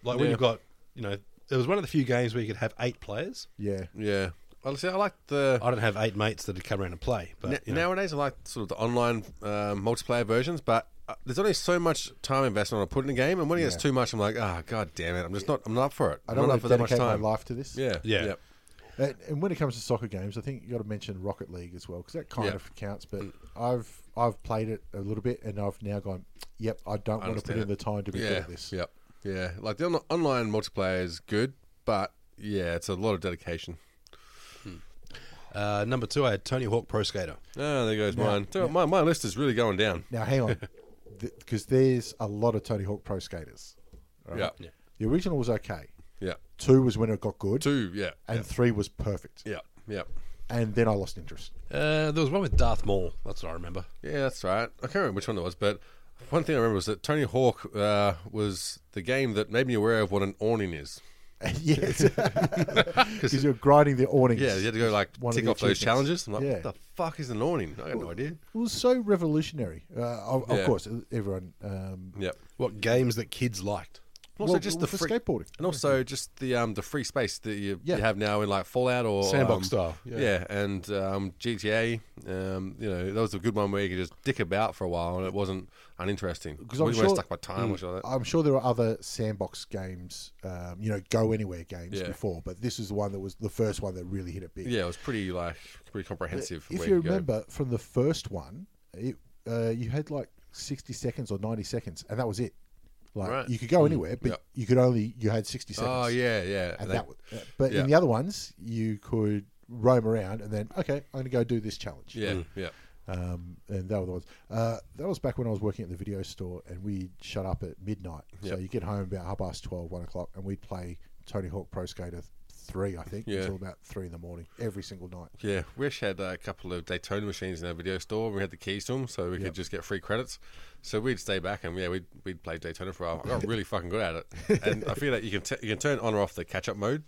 [SPEAKER 6] Like when
[SPEAKER 2] Yeah.
[SPEAKER 6] you've got, you know, it was one of the few games where you could have eight players.
[SPEAKER 5] Yeah,
[SPEAKER 2] yeah, well, see, I like the
[SPEAKER 6] I don't have eight mates that would come around and play, but
[SPEAKER 2] N-
[SPEAKER 6] you know,
[SPEAKER 2] Nowadays, I like sort of the online uh, multiplayer versions, but uh, there's only so much time investment I put in a game, and when it gets too much, I'm like, ah, god damn it, I'm just not, I'm not up for it.
[SPEAKER 5] I
[SPEAKER 2] I'm
[SPEAKER 5] don't
[SPEAKER 2] not
[SPEAKER 5] want
[SPEAKER 2] up
[SPEAKER 5] to
[SPEAKER 2] for that much
[SPEAKER 5] dedicate my
[SPEAKER 2] time.
[SPEAKER 5] life to this.
[SPEAKER 2] Yeah,
[SPEAKER 6] Yeah.
[SPEAKER 2] yep.
[SPEAKER 5] And, and when it comes to soccer games, I think you got to mention Rocket League as well because that kind
[SPEAKER 2] Yeah.
[SPEAKER 5] of counts. But I've I've played it a little bit, and I've now gone, yep, I don't want to put
[SPEAKER 2] understand
[SPEAKER 5] in the time to be good
[SPEAKER 2] yeah,
[SPEAKER 5] at this.
[SPEAKER 2] yep, yeah. Like the on- online multiplayer is good, but yeah, it's a lot of dedication.
[SPEAKER 6] uh, number two, I had Tony Hawk Pro Skater.
[SPEAKER 2] Ah, there goes mine. Tell you what, My, my list is really going down.
[SPEAKER 5] Now hang on, because there's a lot of Tony Hawk Pro Skaters.
[SPEAKER 2] Yeah,
[SPEAKER 5] The original was okay.
[SPEAKER 2] yeah.
[SPEAKER 5] Two was when it got good,
[SPEAKER 2] Two, yeah,
[SPEAKER 5] and three was perfect.
[SPEAKER 2] yeah, yeah.
[SPEAKER 5] And then I lost interest.
[SPEAKER 6] Uh, there was one with Darth Maul. That's what I remember.
[SPEAKER 2] Yeah, that's right. I can't remember which one it was, but one thing I remember was that Tony Hawk uh, was the game that made me aware of what an awning is.
[SPEAKER 5] yes, because you're grinding the awnings.
[SPEAKER 2] Yeah, you had to go like
[SPEAKER 5] One of
[SPEAKER 2] tick
[SPEAKER 5] the
[SPEAKER 2] off those
[SPEAKER 5] achievements.
[SPEAKER 2] challenges. I'm like,
[SPEAKER 5] Yeah.
[SPEAKER 2] what the fuck is an awning? I got no idea.
[SPEAKER 5] It was so revolutionary. Uh, of, of
[SPEAKER 2] Yeah.
[SPEAKER 5] course, everyone. Um,
[SPEAKER 2] Yep.
[SPEAKER 6] What games that kids liked?
[SPEAKER 2] And also
[SPEAKER 5] well,
[SPEAKER 2] just the
[SPEAKER 5] for
[SPEAKER 2] free,
[SPEAKER 5] skateboarding.
[SPEAKER 2] and also just the um the free space that you,
[SPEAKER 5] Yeah.
[SPEAKER 2] you have now in like Fallout or
[SPEAKER 6] Sandbox
[SPEAKER 2] um,
[SPEAKER 6] style,
[SPEAKER 2] Yeah,
[SPEAKER 6] yeah.
[SPEAKER 2] and um, GTA. Um, you know that was a good one where you could just dick about for a while and it wasn't uninteresting. Because
[SPEAKER 5] I'm
[SPEAKER 2] you weren't
[SPEAKER 5] sure- Mm.
[SPEAKER 2] stuck by time or something like that.
[SPEAKER 5] I'm sure there are other sandbox games, um, you know, go anywhere games
[SPEAKER 2] Yeah.
[SPEAKER 5] before, but this is the one that was the first one that really hit it big.
[SPEAKER 2] Yeah, it was pretty like pretty comprehensive.
[SPEAKER 5] If
[SPEAKER 2] where
[SPEAKER 5] you
[SPEAKER 2] could go.
[SPEAKER 5] remember from the first one, it, uh, you had like 60 seconds or 90 seconds, and that was it. Like
[SPEAKER 2] Right. Mm.
[SPEAKER 5] you could go anywhere, but
[SPEAKER 2] Yeah.
[SPEAKER 5] you could only you had 60 seconds.
[SPEAKER 2] Oh yeah, yeah.
[SPEAKER 5] and
[SPEAKER 2] They-
[SPEAKER 5] that. was- But
[SPEAKER 2] yeah.
[SPEAKER 5] in the other ones, you could roam around and then okay, I'm going to go do this challenge.
[SPEAKER 2] yeah, yeah.
[SPEAKER 5] Um, and that was the ones. Uh, that was back when I was working at the video store, and we'd shut up at midnight. So
[SPEAKER 2] Yep.
[SPEAKER 5] you get home about half past 12, 1 o'clock, and we'd play Tony Hawk Pro Skater 3, I think,
[SPEAKER 2] Yeah.
[SPEAKER 5] until about 3 in the morning every single night.
[SPEAKER 2] Yeah, Wish had a couple of Daytona machines in our video store. We had the keys to them, so we could just get free credits. So we'd stay back and yeah, we'd we'd play Daytona for a while. I got really fucking good at it, and I feel like you can t- you can turn on or off the catch up mode.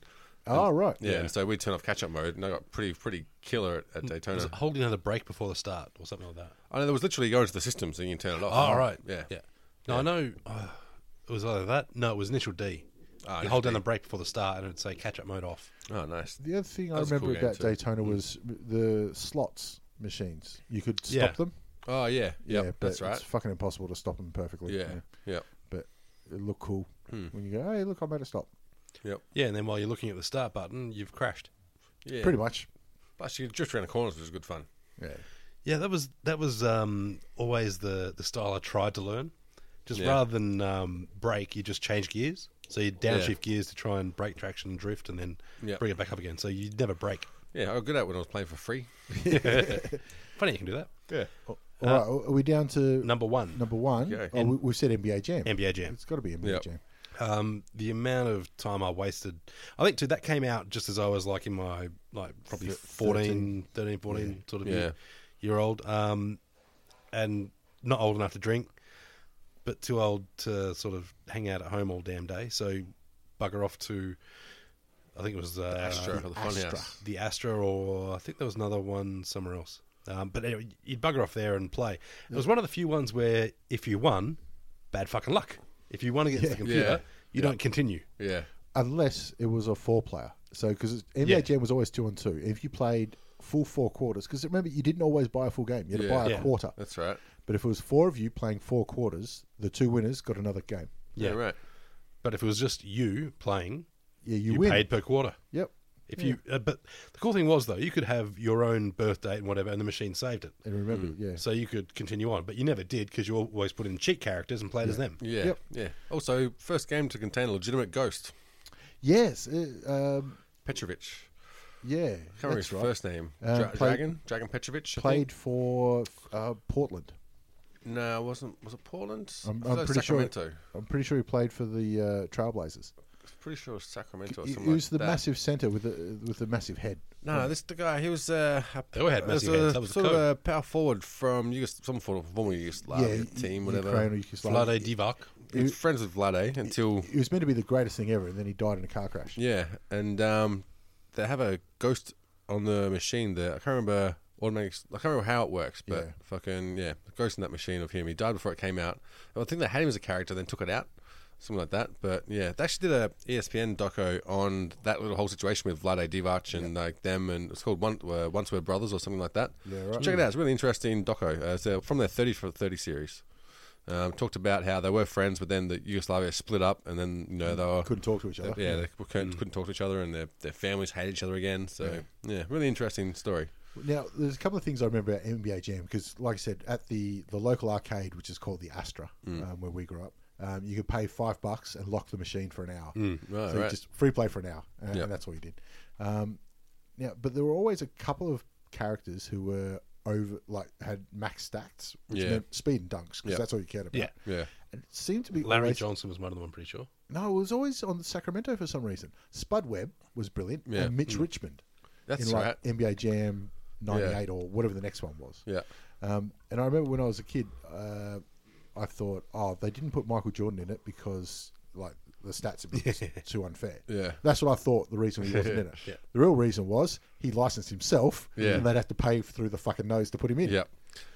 [SPEAKER 5] Oh, right.
[SPEAKER 2] Yeah, and so we'd turn off catch up mode, and I got pretty pretty killer at, at
[SPEAKER 6] Was
[SPEAKER 2] Daytona.
[SPEAKER 6] it holding another break before the start or something like that?
[SPEAKER 2] I know there was literally going to the system, so you can turn it off.
[SPEAKER 6] Oh, right.
[SPEAKER 2] yeah,
[SPEAKER 6] Yeah. No, I know. Uh, it was either that. No, it was Initial D.
[SPEAKER 2] Ah,
[SPEAKER 6] you hold down
[SPEAKER 2] okay.
[SPEAKER 6] the brake before the start, and it'd say catch up mode off.
[SPEAKER 2] Oh, nice.
[SPEAKER 5] The other thing
[SPEAKER 2] That
[SPEAKER 5] I
[SPEAKER 2] was a
[SPEAKER 5] remember
[SPEAKER 2] cool game
[SPEAKER 5] about
[SPEAKER 2] too.
[SPEAKER 5] Daytona was the slots machines. You could stop
[SPEAKER 6] Yeah.
[SPEAKER 5] them.
[SPEAKER 2] Oh yeah, yeah,
[SPEAKER 5] but
[SPEAKER 2] that's right.
[SPEAKER 5] It's fucking impossible to stop them perfectly.
[SPEAKER 2] Yeah, yeah,
[SPEAKER 5] But it looked cool
[SPEAKER 2] Hmm.
[SPEAKER 5] when you go, hey, look, I made a stop.
[SPEAKER 2] yep,
[SPEAKER 6] Yeah, and then while you're looking at the start button, you've crashed.
[SPEAKER 2] yeah.
[SPEAKER 5] Pretty much.
[SPEAKER 2] But you drift around the corners, which is good fun.
[SPEAKER 5] Yeah.
[SPEAKER 6] Yeah, that was that was um, always the the style I tried to learn. Just
[SPEAKER 2] Yeah.
[SPEAKER 6] rather than um, brake, you just change gears. So you downshift
[SPEAKER 2] Yeah.
[SPEAKER 6] gears to try and brake traction and drift, and then
[SPEAKER 2] Yep.
[SPEAKER 6] bring it back up again. So you never brake.
[SPEAKER 2] Yeah, I was good at it when I was playing for free.
[SPEAKER 6] Funny you can do that.
[SPEAKER 2] Yeah,
[SPEAKER 5] All right, are we down to
[SPEAKER 6] Number one,
[SPEAKER 5] number one?
[SPEAKER 2] Okay.
[SPEAKER 5] Oh, we, we've said NBA Jam.
[SPEAKER 6] NBA Jam.
[SPEAKER 5] It's got to be NBA
[SPEAKER 2] Yep.
[SPEAKER 5] Jam.
[SPEAKER 6] Um, the amount of time I wasted, I think, too, that came out just as I was like in my like probably
[SPEAKER 5] Thir-
[SPEAKER 6] 14, 13, 14 sort of
[SPEAKER 2] Yeah.
[SPEAKER 6] year, year old, um, and not old enough to drink, but too old to sort of hang out at home all damn day. So bugger off to, I think it was uh,
[SPEAKER 2] Astra, or the Funhouse.
[SPEAKER 6] the Astra, or I think there was another one somewhere else. Um, but anyway, you'd bugger off there and play. It was one of the few ones where if you won, bad fucking luck. If you won against the computer,
[SPEAKER 2] Yeah.
[SPEAKER 6] you don't continue.
[SPEAKER 2] Yeah,
[SPEAKER 5] Unless it was a four player. So, because NBA
[SPEAKER 6] Yeah.
[SPEAKER 5] Jam was always two on two. If you played full four quarters, because remember, you didn't always buy a full game, you had to
[SPEAKER 2] Yeah.
[SPEAKER 5] buy a
[SPEAKER 6] Yeah.
[SPEAKER 5] quarter.
[SPEAKER 2] that's right.
[SPEAKER 5] But if it was four of you playing four quarters, the two winners got another game.
[SPEAKER 2] Yeah,
[SPEAKER 6] Yeah.
[SPEAKER 2] right.
[SPEAKER 6] But if it was just you playing,
[SPEAKER 5] Yeah, you,
[SPEAKER 6] you,
[SPEAKER 5] win.
[SPEAKER 6] paid per quarter.
[SPEAKER 5] Yep.
[SPEAKER 6] If you, uh, but the cool thing was though, you could have your own birth date and whatever, and the machine saved it,
[SPEAKER 5] And remember,
[SPEAKER 2] Hmm.
[SPEAKER 5] it, yeah.
[SPEAKER 6] so you could continue on. But you never did because you always put in cheat characters and played as them.
[SPEAKER 2] Yeah,
[SPEAKER 5] Yep.
[SPEAKER 2] yeah. Also, first game to contain a legitimate ghost,
[SPEAKER 5] Yes. uh, um,
[SPEAKER 2] Petrovich.
[SPEAKER 5] yeah.
[SPEAKER 2] Can't remember
[SPEAKER 5] that's
[SPEAKER 2] his
[SPEAKER 5] right.
[SPEAKER 2] first name.
[SPEAKER 5] Um,
[SPEAKER 2] Dra-
[SPEAKER 5] played-
[SPEAKER 2] Dragon, Dragon Petrovich. I think?
[SPEAKER 5] Played for uh, Portland.
[SPEAKER 2] No, it wasn't. Was it Portland?
[SPEAKER 5] I'm,
[SPEAKER 2] I thought
[SPEAKER 5] I'm
[SPEAKER 2] it was
[SPEAKER 5] pretty
[SPEAKER 2] Sacramento.
[SPEAKER 5] sure. I'm pretty sure he played for the uh, Trailblazers.
[SPEAKER 2] Pretty sure it was Sacramento. Or
[SPEAKER 5] He he
[SPEAKER 2] something
[SPEAKER 5] was
[SPEAKER 2] like
[SPEAKER 5] the
[SPEAKER 2] that.
[SPEAKER 5] massive center with the with the massive head.
[SPEAKER 2] No, this the guy. He was. Uh,
[SPEAKER 6] They all had
[SPEAKER 2] was
[SPEAKER 6] massive heads,
[SPEAKER 2] a
[SPEAKER 6] that was the
[SPEAKER 2] sort
[SPEAKER 6] code.
[SPEAKER 2] of a power forward from Yugos- some sort of former Yugoslavia
[SPEAKER 5] Yeah,
[SPEAKER 2] team,
[SPEAKER 5] U-
[SPEAKER 2] whatever.
[SPEAKER 5] Ukraine or Yugoslavia.
[SPEAKER 6] Vlade Divac.
[SPEAKER 2] He was friends with Vlade until
[SPEAKER 5] It was meant to be the greatest thing ever, and then he died in a car crash.
[SPEAKER 2] yeah, and um, they have a ghost on the machine. That I can't remember automatic. I can't remember how it works, but
[SPEAKER 5] Yeah.
[SPEAKER 2] fucking yeah, the ghost in that machine of him. He died before it came out. And I think they had him as a character, then took it out. Something like that, but yeah, they actually did a E ESPN doco on that little whole situation with Vlade Divac and like them, and it's called One, uh, Once We're Brothers or something like that.
[SPEAKER 5] Yeah, right.
[SPEAKER 2] So check it out; it's a really interesting doco. Uh, it's uh, from their thirty for thirty series. Um, talked about how they were friends, but then the Yugoslavia split up, and then you know they were
[SPEAKER 5] Couldn't talk to each other.
[SPEAKER 2] yeah, they c- couldn't, couldn't talk to each other, and their, their families hate each other again. So yeah. really interesting story.
[SPEAKER 5] Now, there's a couple of things I remember about NBA Jam because, like I said, at the, the local arcade, which is called the Astra,
[SPEAKER 2] Mm.
[SPEAKER 5] um, where we grew up, um, you could pay five bucks and lock the machine for an hour.
[SPEAKER 2] Mm, Right,
[SPEAKER 5] so you
[SPEAKER 2] right.
[SPEAKER 5] just free play for an hour, uh,
[SPEAKER 2] Yep.
[SPEAKER 5] and that's all you did. Um, now, but there were always a couple of characters who were over, like had max stats, which
[SPEAKER 2] Yeah.
[SPEAKER 5] meant speed and dunks because
[SPEAKER 2] Yep.
[SPEAKER 5] that's all you cared about.
[SPEAKER 6] Yeah.
[SPEAKER 2] Yeah,
[SPEAKER 5] And it seemed to be
[SPEAKER 6] Larry
[SPEAKER 5] always-
[SPEAKER 6] Johnson was one of them. I'm pretty sure.
[SPEAKER 5] No, it was always on Sacramento for some reason. Spud Webb was brilliant,
[SPEAKER 2] Yeah. Hmm.
[SPEAKER 5] and Mitch Richmond.
[SPEAKER 2] That's
[SPEAKER 5] in like
[SPEAKER 2] right.
[SPEAKER 5] NBA Jam '98 or whatever the next one was.
[SPEAKER 2] yeah,
[SPEAKER 5] Um, and I remember when I was a kid, uh, I thought, oh, they didn't put Michael Jordan in it because like the stats would be too unfair.
[SPEAKER 2] Yeah.
[SPEAKER 5] that's what I thought. The reason he wasn't in it. The real reason was he licensed himself,
[SPEAKER 2] Yeah.
[SPEAKER 5] and they'd have to pay through the fucking nose to put him in.
[SPEAKER 2] yeah.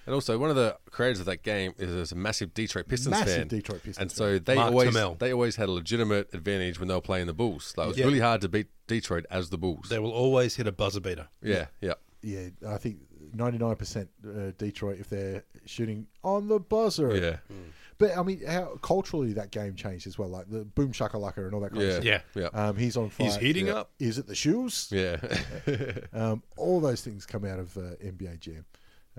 [SPEAKER 2] And also, one of the creators of that game is, is a massive Detroit Pistons
[SPEAKER 5] Massive
[SPEAKER 2] fan.
[SPEAKER 5] Detroit Pistons
[SPEAKER 2] and
[SPEAKER 5] fan.
[SPEAKER 2] so they
[SPEAKER 6] Mark
[SPEAKER 2] always
[SPEAKER 6] Tamell.
[SPEAKER 2] they always had a legitimate advantage when they were playing the Bulls. Like, it was really hard to beat Detroit as the Bulls.
[SPEAKER 6] They will always hit a buzzer beater.
[SPEAKER 2] yeah, yeah,
[SPEAKER 5] yeah. I think 99% uh, Detroit if they're shooting on the buzzer.
[SPEAKER 2] yeah,
[SPEAKER 5] Mm. But I mean, how culturally that game changed as well, like the boom shakalaka and all that kind of
[SPEAKER 2] yeah,
[SPEAKER 5] stuff.
[SPEAKER 6] Yeah.
[SPEAKER 2] yeah,
[SPEAKER 5] Um, he's on fire.
[SPEAKER 6] He's heating
[SPEAKER 2] Yeah.
[SPEAKER 6] up.
[SPEAKER 5] Is it the shoes?
[SPEAKER 2] Uh, yeah.
[SPEAKER 5] Um, all those things come out of uh, NBA Jam.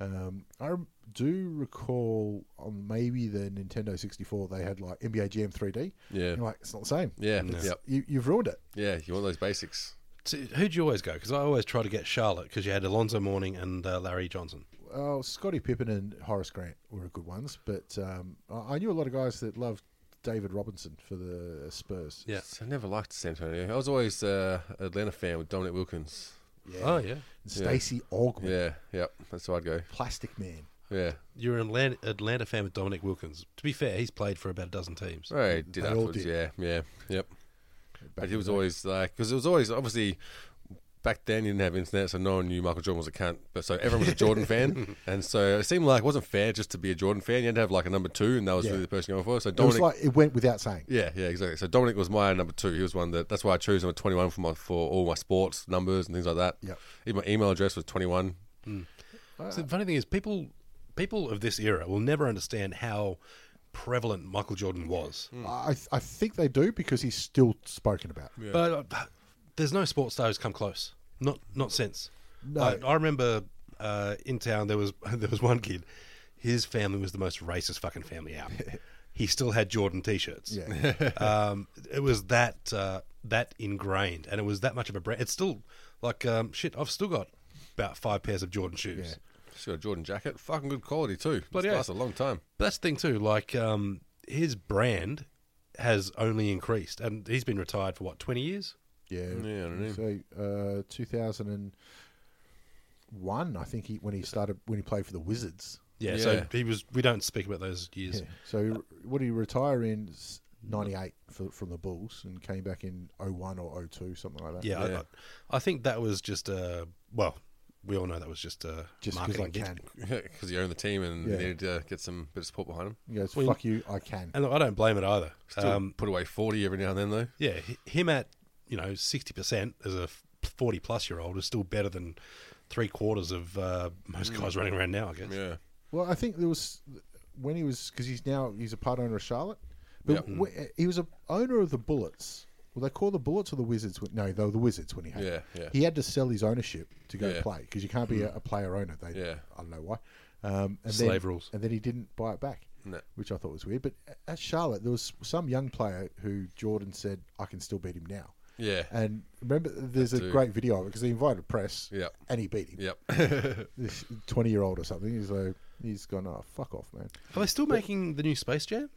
[SPEAKER 5] Um, I rem- do recall on maybe the Nintendo 64 they had like NBA Jam 3D.
[SPEAKER 2] Yeah.
[SPEAKER 5] You're like it's not the same.
[SPEAKER 2] Yeah,
[SPEAKER 5] It's-
[SPEAKER 2] yep.
[SPEAKER 5] You, you've ruined it.
[SPEAKER 2] yeah. You want those basics?
[SPEAKER 6] So who'd you always go? Because I always try to get Charlotte because you had Alonzo Mourning and uh, Larry Johnson.
[SPEAKER 5] Oh, Scottie Pippen and Horace Grant were good ones, but um, I I knew a lot of guys that loved David Robinson for the Spurs.
[SPEAKER 6] Yeah.
[SPEAKER 2] I never liked San Antonio. I was always uh, Atlanta fan with Dominic Wilkins.
[SPEAKER 6] Oh yeah,
[SPEAKER 5] Stacy Ogman,
[SPEAKER 2] Yeah, yeah. That's where I'd go.
[SPEAKER 5] Plastic Man.
[SPEAKER 2] Yeah.
[SPEAKER 6] you're an Atlanta, Atlanta fan with Dominic Wilkins. To be fair, he's played for about a dozen teams.
[SPEAKER 2] Right, he did
[SPEAKER 5] They all
[SPEAKER 2] afterwards.
[SPEAKER 5] did.
[SPEAKER 2] Yeah, yeah, yep. but he was always like, because it was always obviously back then you didn't have internet, so no one knew Michael Jordan was a cunt. But so everyone was a Jordan fan, and so it seemed like it wasn't fair just to be a Jordan fan. You had to have like a number two, and that was
[SPEAKER 5] Yeah.
[SPEAKER 2] really the person going for. So
[SPEAKER 5] It was
[SPEAKER 2] Dominic,
[SPEAKER 5] like it went without saying.
[SPEAKER 2] yeah, yeah, exactly. So Dominic was my number two. He was one that that's why I chose number twenty one for my for all my sports numbers and things like that.
[SPEAKER 5] Yep.
[SPEAKER 2] even my email address was twenty one.
[SPEAKER 6] So the funny thing is, people people of this era will never understand how prevalent Michael Jordan was.
[SPEAKER 5] I, I think they do because he's still spoken about.
[SPEAKER 6] But uh, there's no sports star who's come close. Not not since. No, I remember uh, in town there was there was one kid. His family was the most racist fucking family out. he still had Jordan t-shirts.
[SPEAKER 5] Yeah.
[SPEAKER 6] um, it was that uh, that ingrained, and it was that much of a brand. It's still like um, shit. I've still got about five pairs of Jordan shoes.
[SPEAKER 2] Just got a Jordan jacket, fucking good quality too. But
[SPEAKER 6] Bloody
[SPEAKER 2] yeah,
[SPEAKER 6] hell.
[SPEAKER 2] lasts a long time.
[SPEAKER 6] But that's the thing too. Like um, his brand has only increased, and he's been retired for what twenty years.
[SPEAKER 5] Yeah.
[SPEAKER 2] Yeah, I don't know.
[SPEAKER 5] So uh, 2001, I think he when he started when he played for the Wizards.
[SPEAKER 6] Yeah, so
[SPEAKER 2] Yeah.
[SPEAKER 6] he was. We don't speak about those years.
[SPEAKER 5] Yeah. So he- what did he retire in? S- 98 for, from the Bulls and came back in 01 or 02, something like that.
[SPEAKER 6] Yeah, I
[SPEAKER 2] Yeah.
[SPEAKER 6] I, I think that was just a well. We all know that was just a
[SPEAKER 5] Just because
[SPEAKER 6] marketing
[SPEAKER 5] I
[SPEAKER 6] gig.
[SPEAKER 5] can.
[SPEAKER 2] because you own the team and you
[SPEAKER 5] Yeah.
[SPEAKER 2] needed to get some bit of support behind him.
[SPEAKER 5] He goes,
[SPEAKER 6] Well,
[SPEAKER 5] fuck you, I can.
[SPEAKER 6] and look, I don't blame it either.
[SPEAKER 2] Still
[SPEAKER 6] um,
[SPEAKER 2] put away forty every now and then though.
[SPEAKER 6] yeah, hi- him at you know sixty percent as a forty-plus year old is still better than three quarters of uh, most
[SPEAKER 5] Mm.
[SPEAKER 6] guys running around now. I guess.
[SPEAKER 2] Yeah,
[SPEAKER 5] Well, I think there was when he was because he's now he's a part owner of Charlotte, but
[SPEAKER 2] Yep.
[SPEAKER 5] wh- he was a owner of the Bullets. Were they called the Bullets or the Wizards? when- No, they were the Wizards when he had. it.
[SPEAKER 2] Yeah, yeah.
[SPEAKER 5] He had to sell his ownership to go
[SPEAKER 2] Yeah. Hmm.
[SPEAKER 5] play because you can't be a, a player owner. They,
[SPEAKER 2] Yeah.
[SPEAKER 5] I don't know why. Um, and
[SPEAKER 6] Slave
[SPEAKER 5] then,
[SPEAKER 6] rules.
[SPEAKER 5] And then he didn't buy it back,
[SPEAKER 2] No.
[SPEAKER 5] which I thought was weird. But a- at Charlotte, there was some young player who Jordan said, "I can still beat him now."
[SPEAKER 2] yeah,
[SPEAKER 5] And remember, there's a
[SPEAKER 2] dude.
[SPEAKER 5] great video of it because he invited press,
[SPEAKER 2] Yep.
[SPEAKER 5] and he beat him
[SPEAKER 2] yep.
[SPEAKER 5] this 20 year old or something. He's like, he's gone, oh, fuck off, man.
[SPEAKER 6] Are they still making the new Space Jam?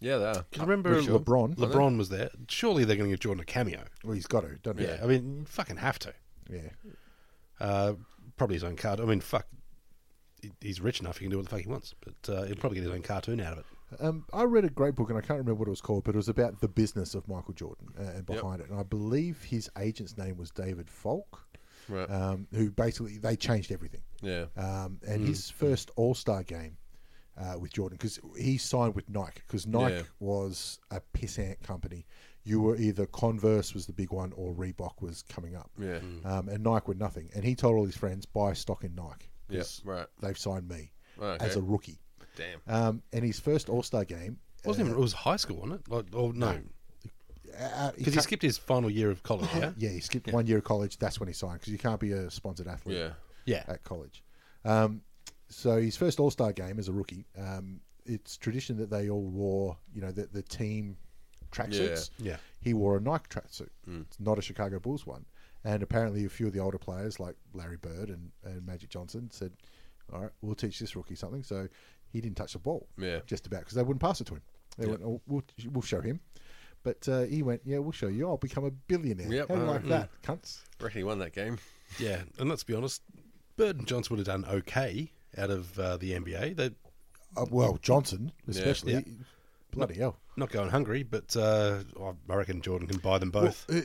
[SPEAKER 2] Yeah, they are.
[SPEAKER 6] Because remember
[SPEAKER 5] With Uh, LeBron.
[SPEAKER 6] LeBron was there. Surely they're going to give Jordan a cameo.
[SPEAKER 5] Well, he's got to, doesn't he?
[SPEAKER 6] I mean, you fucking have to.
[SPEAKER 5] Yeah.
[SPEAKER 6] Uh, probably his own card. I mean, fuck. he- He's rich enough; he can do what the fuck he wants. But uh, he'll probably get his own cartoon out of it.
[SPEAKER 5] Um, I read a great book, and I can't remember what it was called, but it was about the business of Michael Jordan uh, and behind it. And I believe his agent's name was David Falk,
[SPEAKER 2] Right.
[SPEAKER 5] um, who basically they changed everything.
[SPEAKER 2] Yeah.
[SPEAKER 5] Um, and
[SPEAKER 2] Mm.
[SPEAKER 5] his first All Star game uh, with Jordan, because he signed with Nike, because Nike
[SPEAKER 2] Yeah.
[SPEAKER 5] was a pissant company. You were either Converse was the big one, or Reebok was coming up.
[SPEAKER 2] Yeah.
[SPEAKER 5] Um, and Nike were nothing. And he told all his friends, buy stock in Nike. 'cause
[SPEAKER 2] Yeah, right.
[SPEAKER 5] They've signed me
[SPEAKER 2] Right,
[SPEAKER 5] as
[SPEAKER 2] okay.
[SPEAKER 5] a rookie.
[SPEAKER 2] Damn.
[SPEAKER 5] Um, and his first All Star game.
[SPEAKER 6] Wasn't even it was high school, wasn't it? Like, oh no,
[SPEAKER 5] uh,
[SPEAKER 6] because he Uh-huh.
[SPEAKER 5] can't-
[SPEAKER 6] skipped his final year of college. Yeah,
[SPEAKER 5] Yeah, he skipped one year of college. That's when he signed because you can't be a sponsored athlete.
[SPEAKER 2] Yeah.
[SPEAKER 6] Yeah.
[SPEAKER 5] At college, um, so his first All Star game as a rookie. Um, it's tradition that they all wore, you know, the, the team tracksuits.
[SPEAKER 6] Yeah. Yeah.
[SPEAKER 5] He wore a Nike tracksuit. It's not a Chicago Bulls one. And apparently, a few of the older players like Larry Bird and, and Magic Johnson said, "All right, we'll teach this rookie something." So he didn't touch the ball.
[SPEAKER 2] Yeah.
[SPEAKER 5] Just about because they wouldn't pass it to him. They went, oh, we'll, "We'll show him." But uh, he went, "Yeah, we'll show you. I'll become a billionaire."
[SPEAKER 2] Yep.
[SPEAKER 5] How do you
[SPEAKER 2] Uh,
[SPEAKER 5] like that, cunts?
[SPEAKER 2] Reckon he won that game.
[SPEAKER 6] yeah. And let's be honest, Bird and Johnson would have done okay out of uh, the NBA. They're
[SPEAKER 5] Uh, well, Johnson especially.
[SPEAKER 6] Yeah.
[SPEAKER 5] Bloody hell!
[SPEAKER 6] not going hungry, but uh, I reckon Jordan can buy them both.
[SPEAKER 5] Well, uh,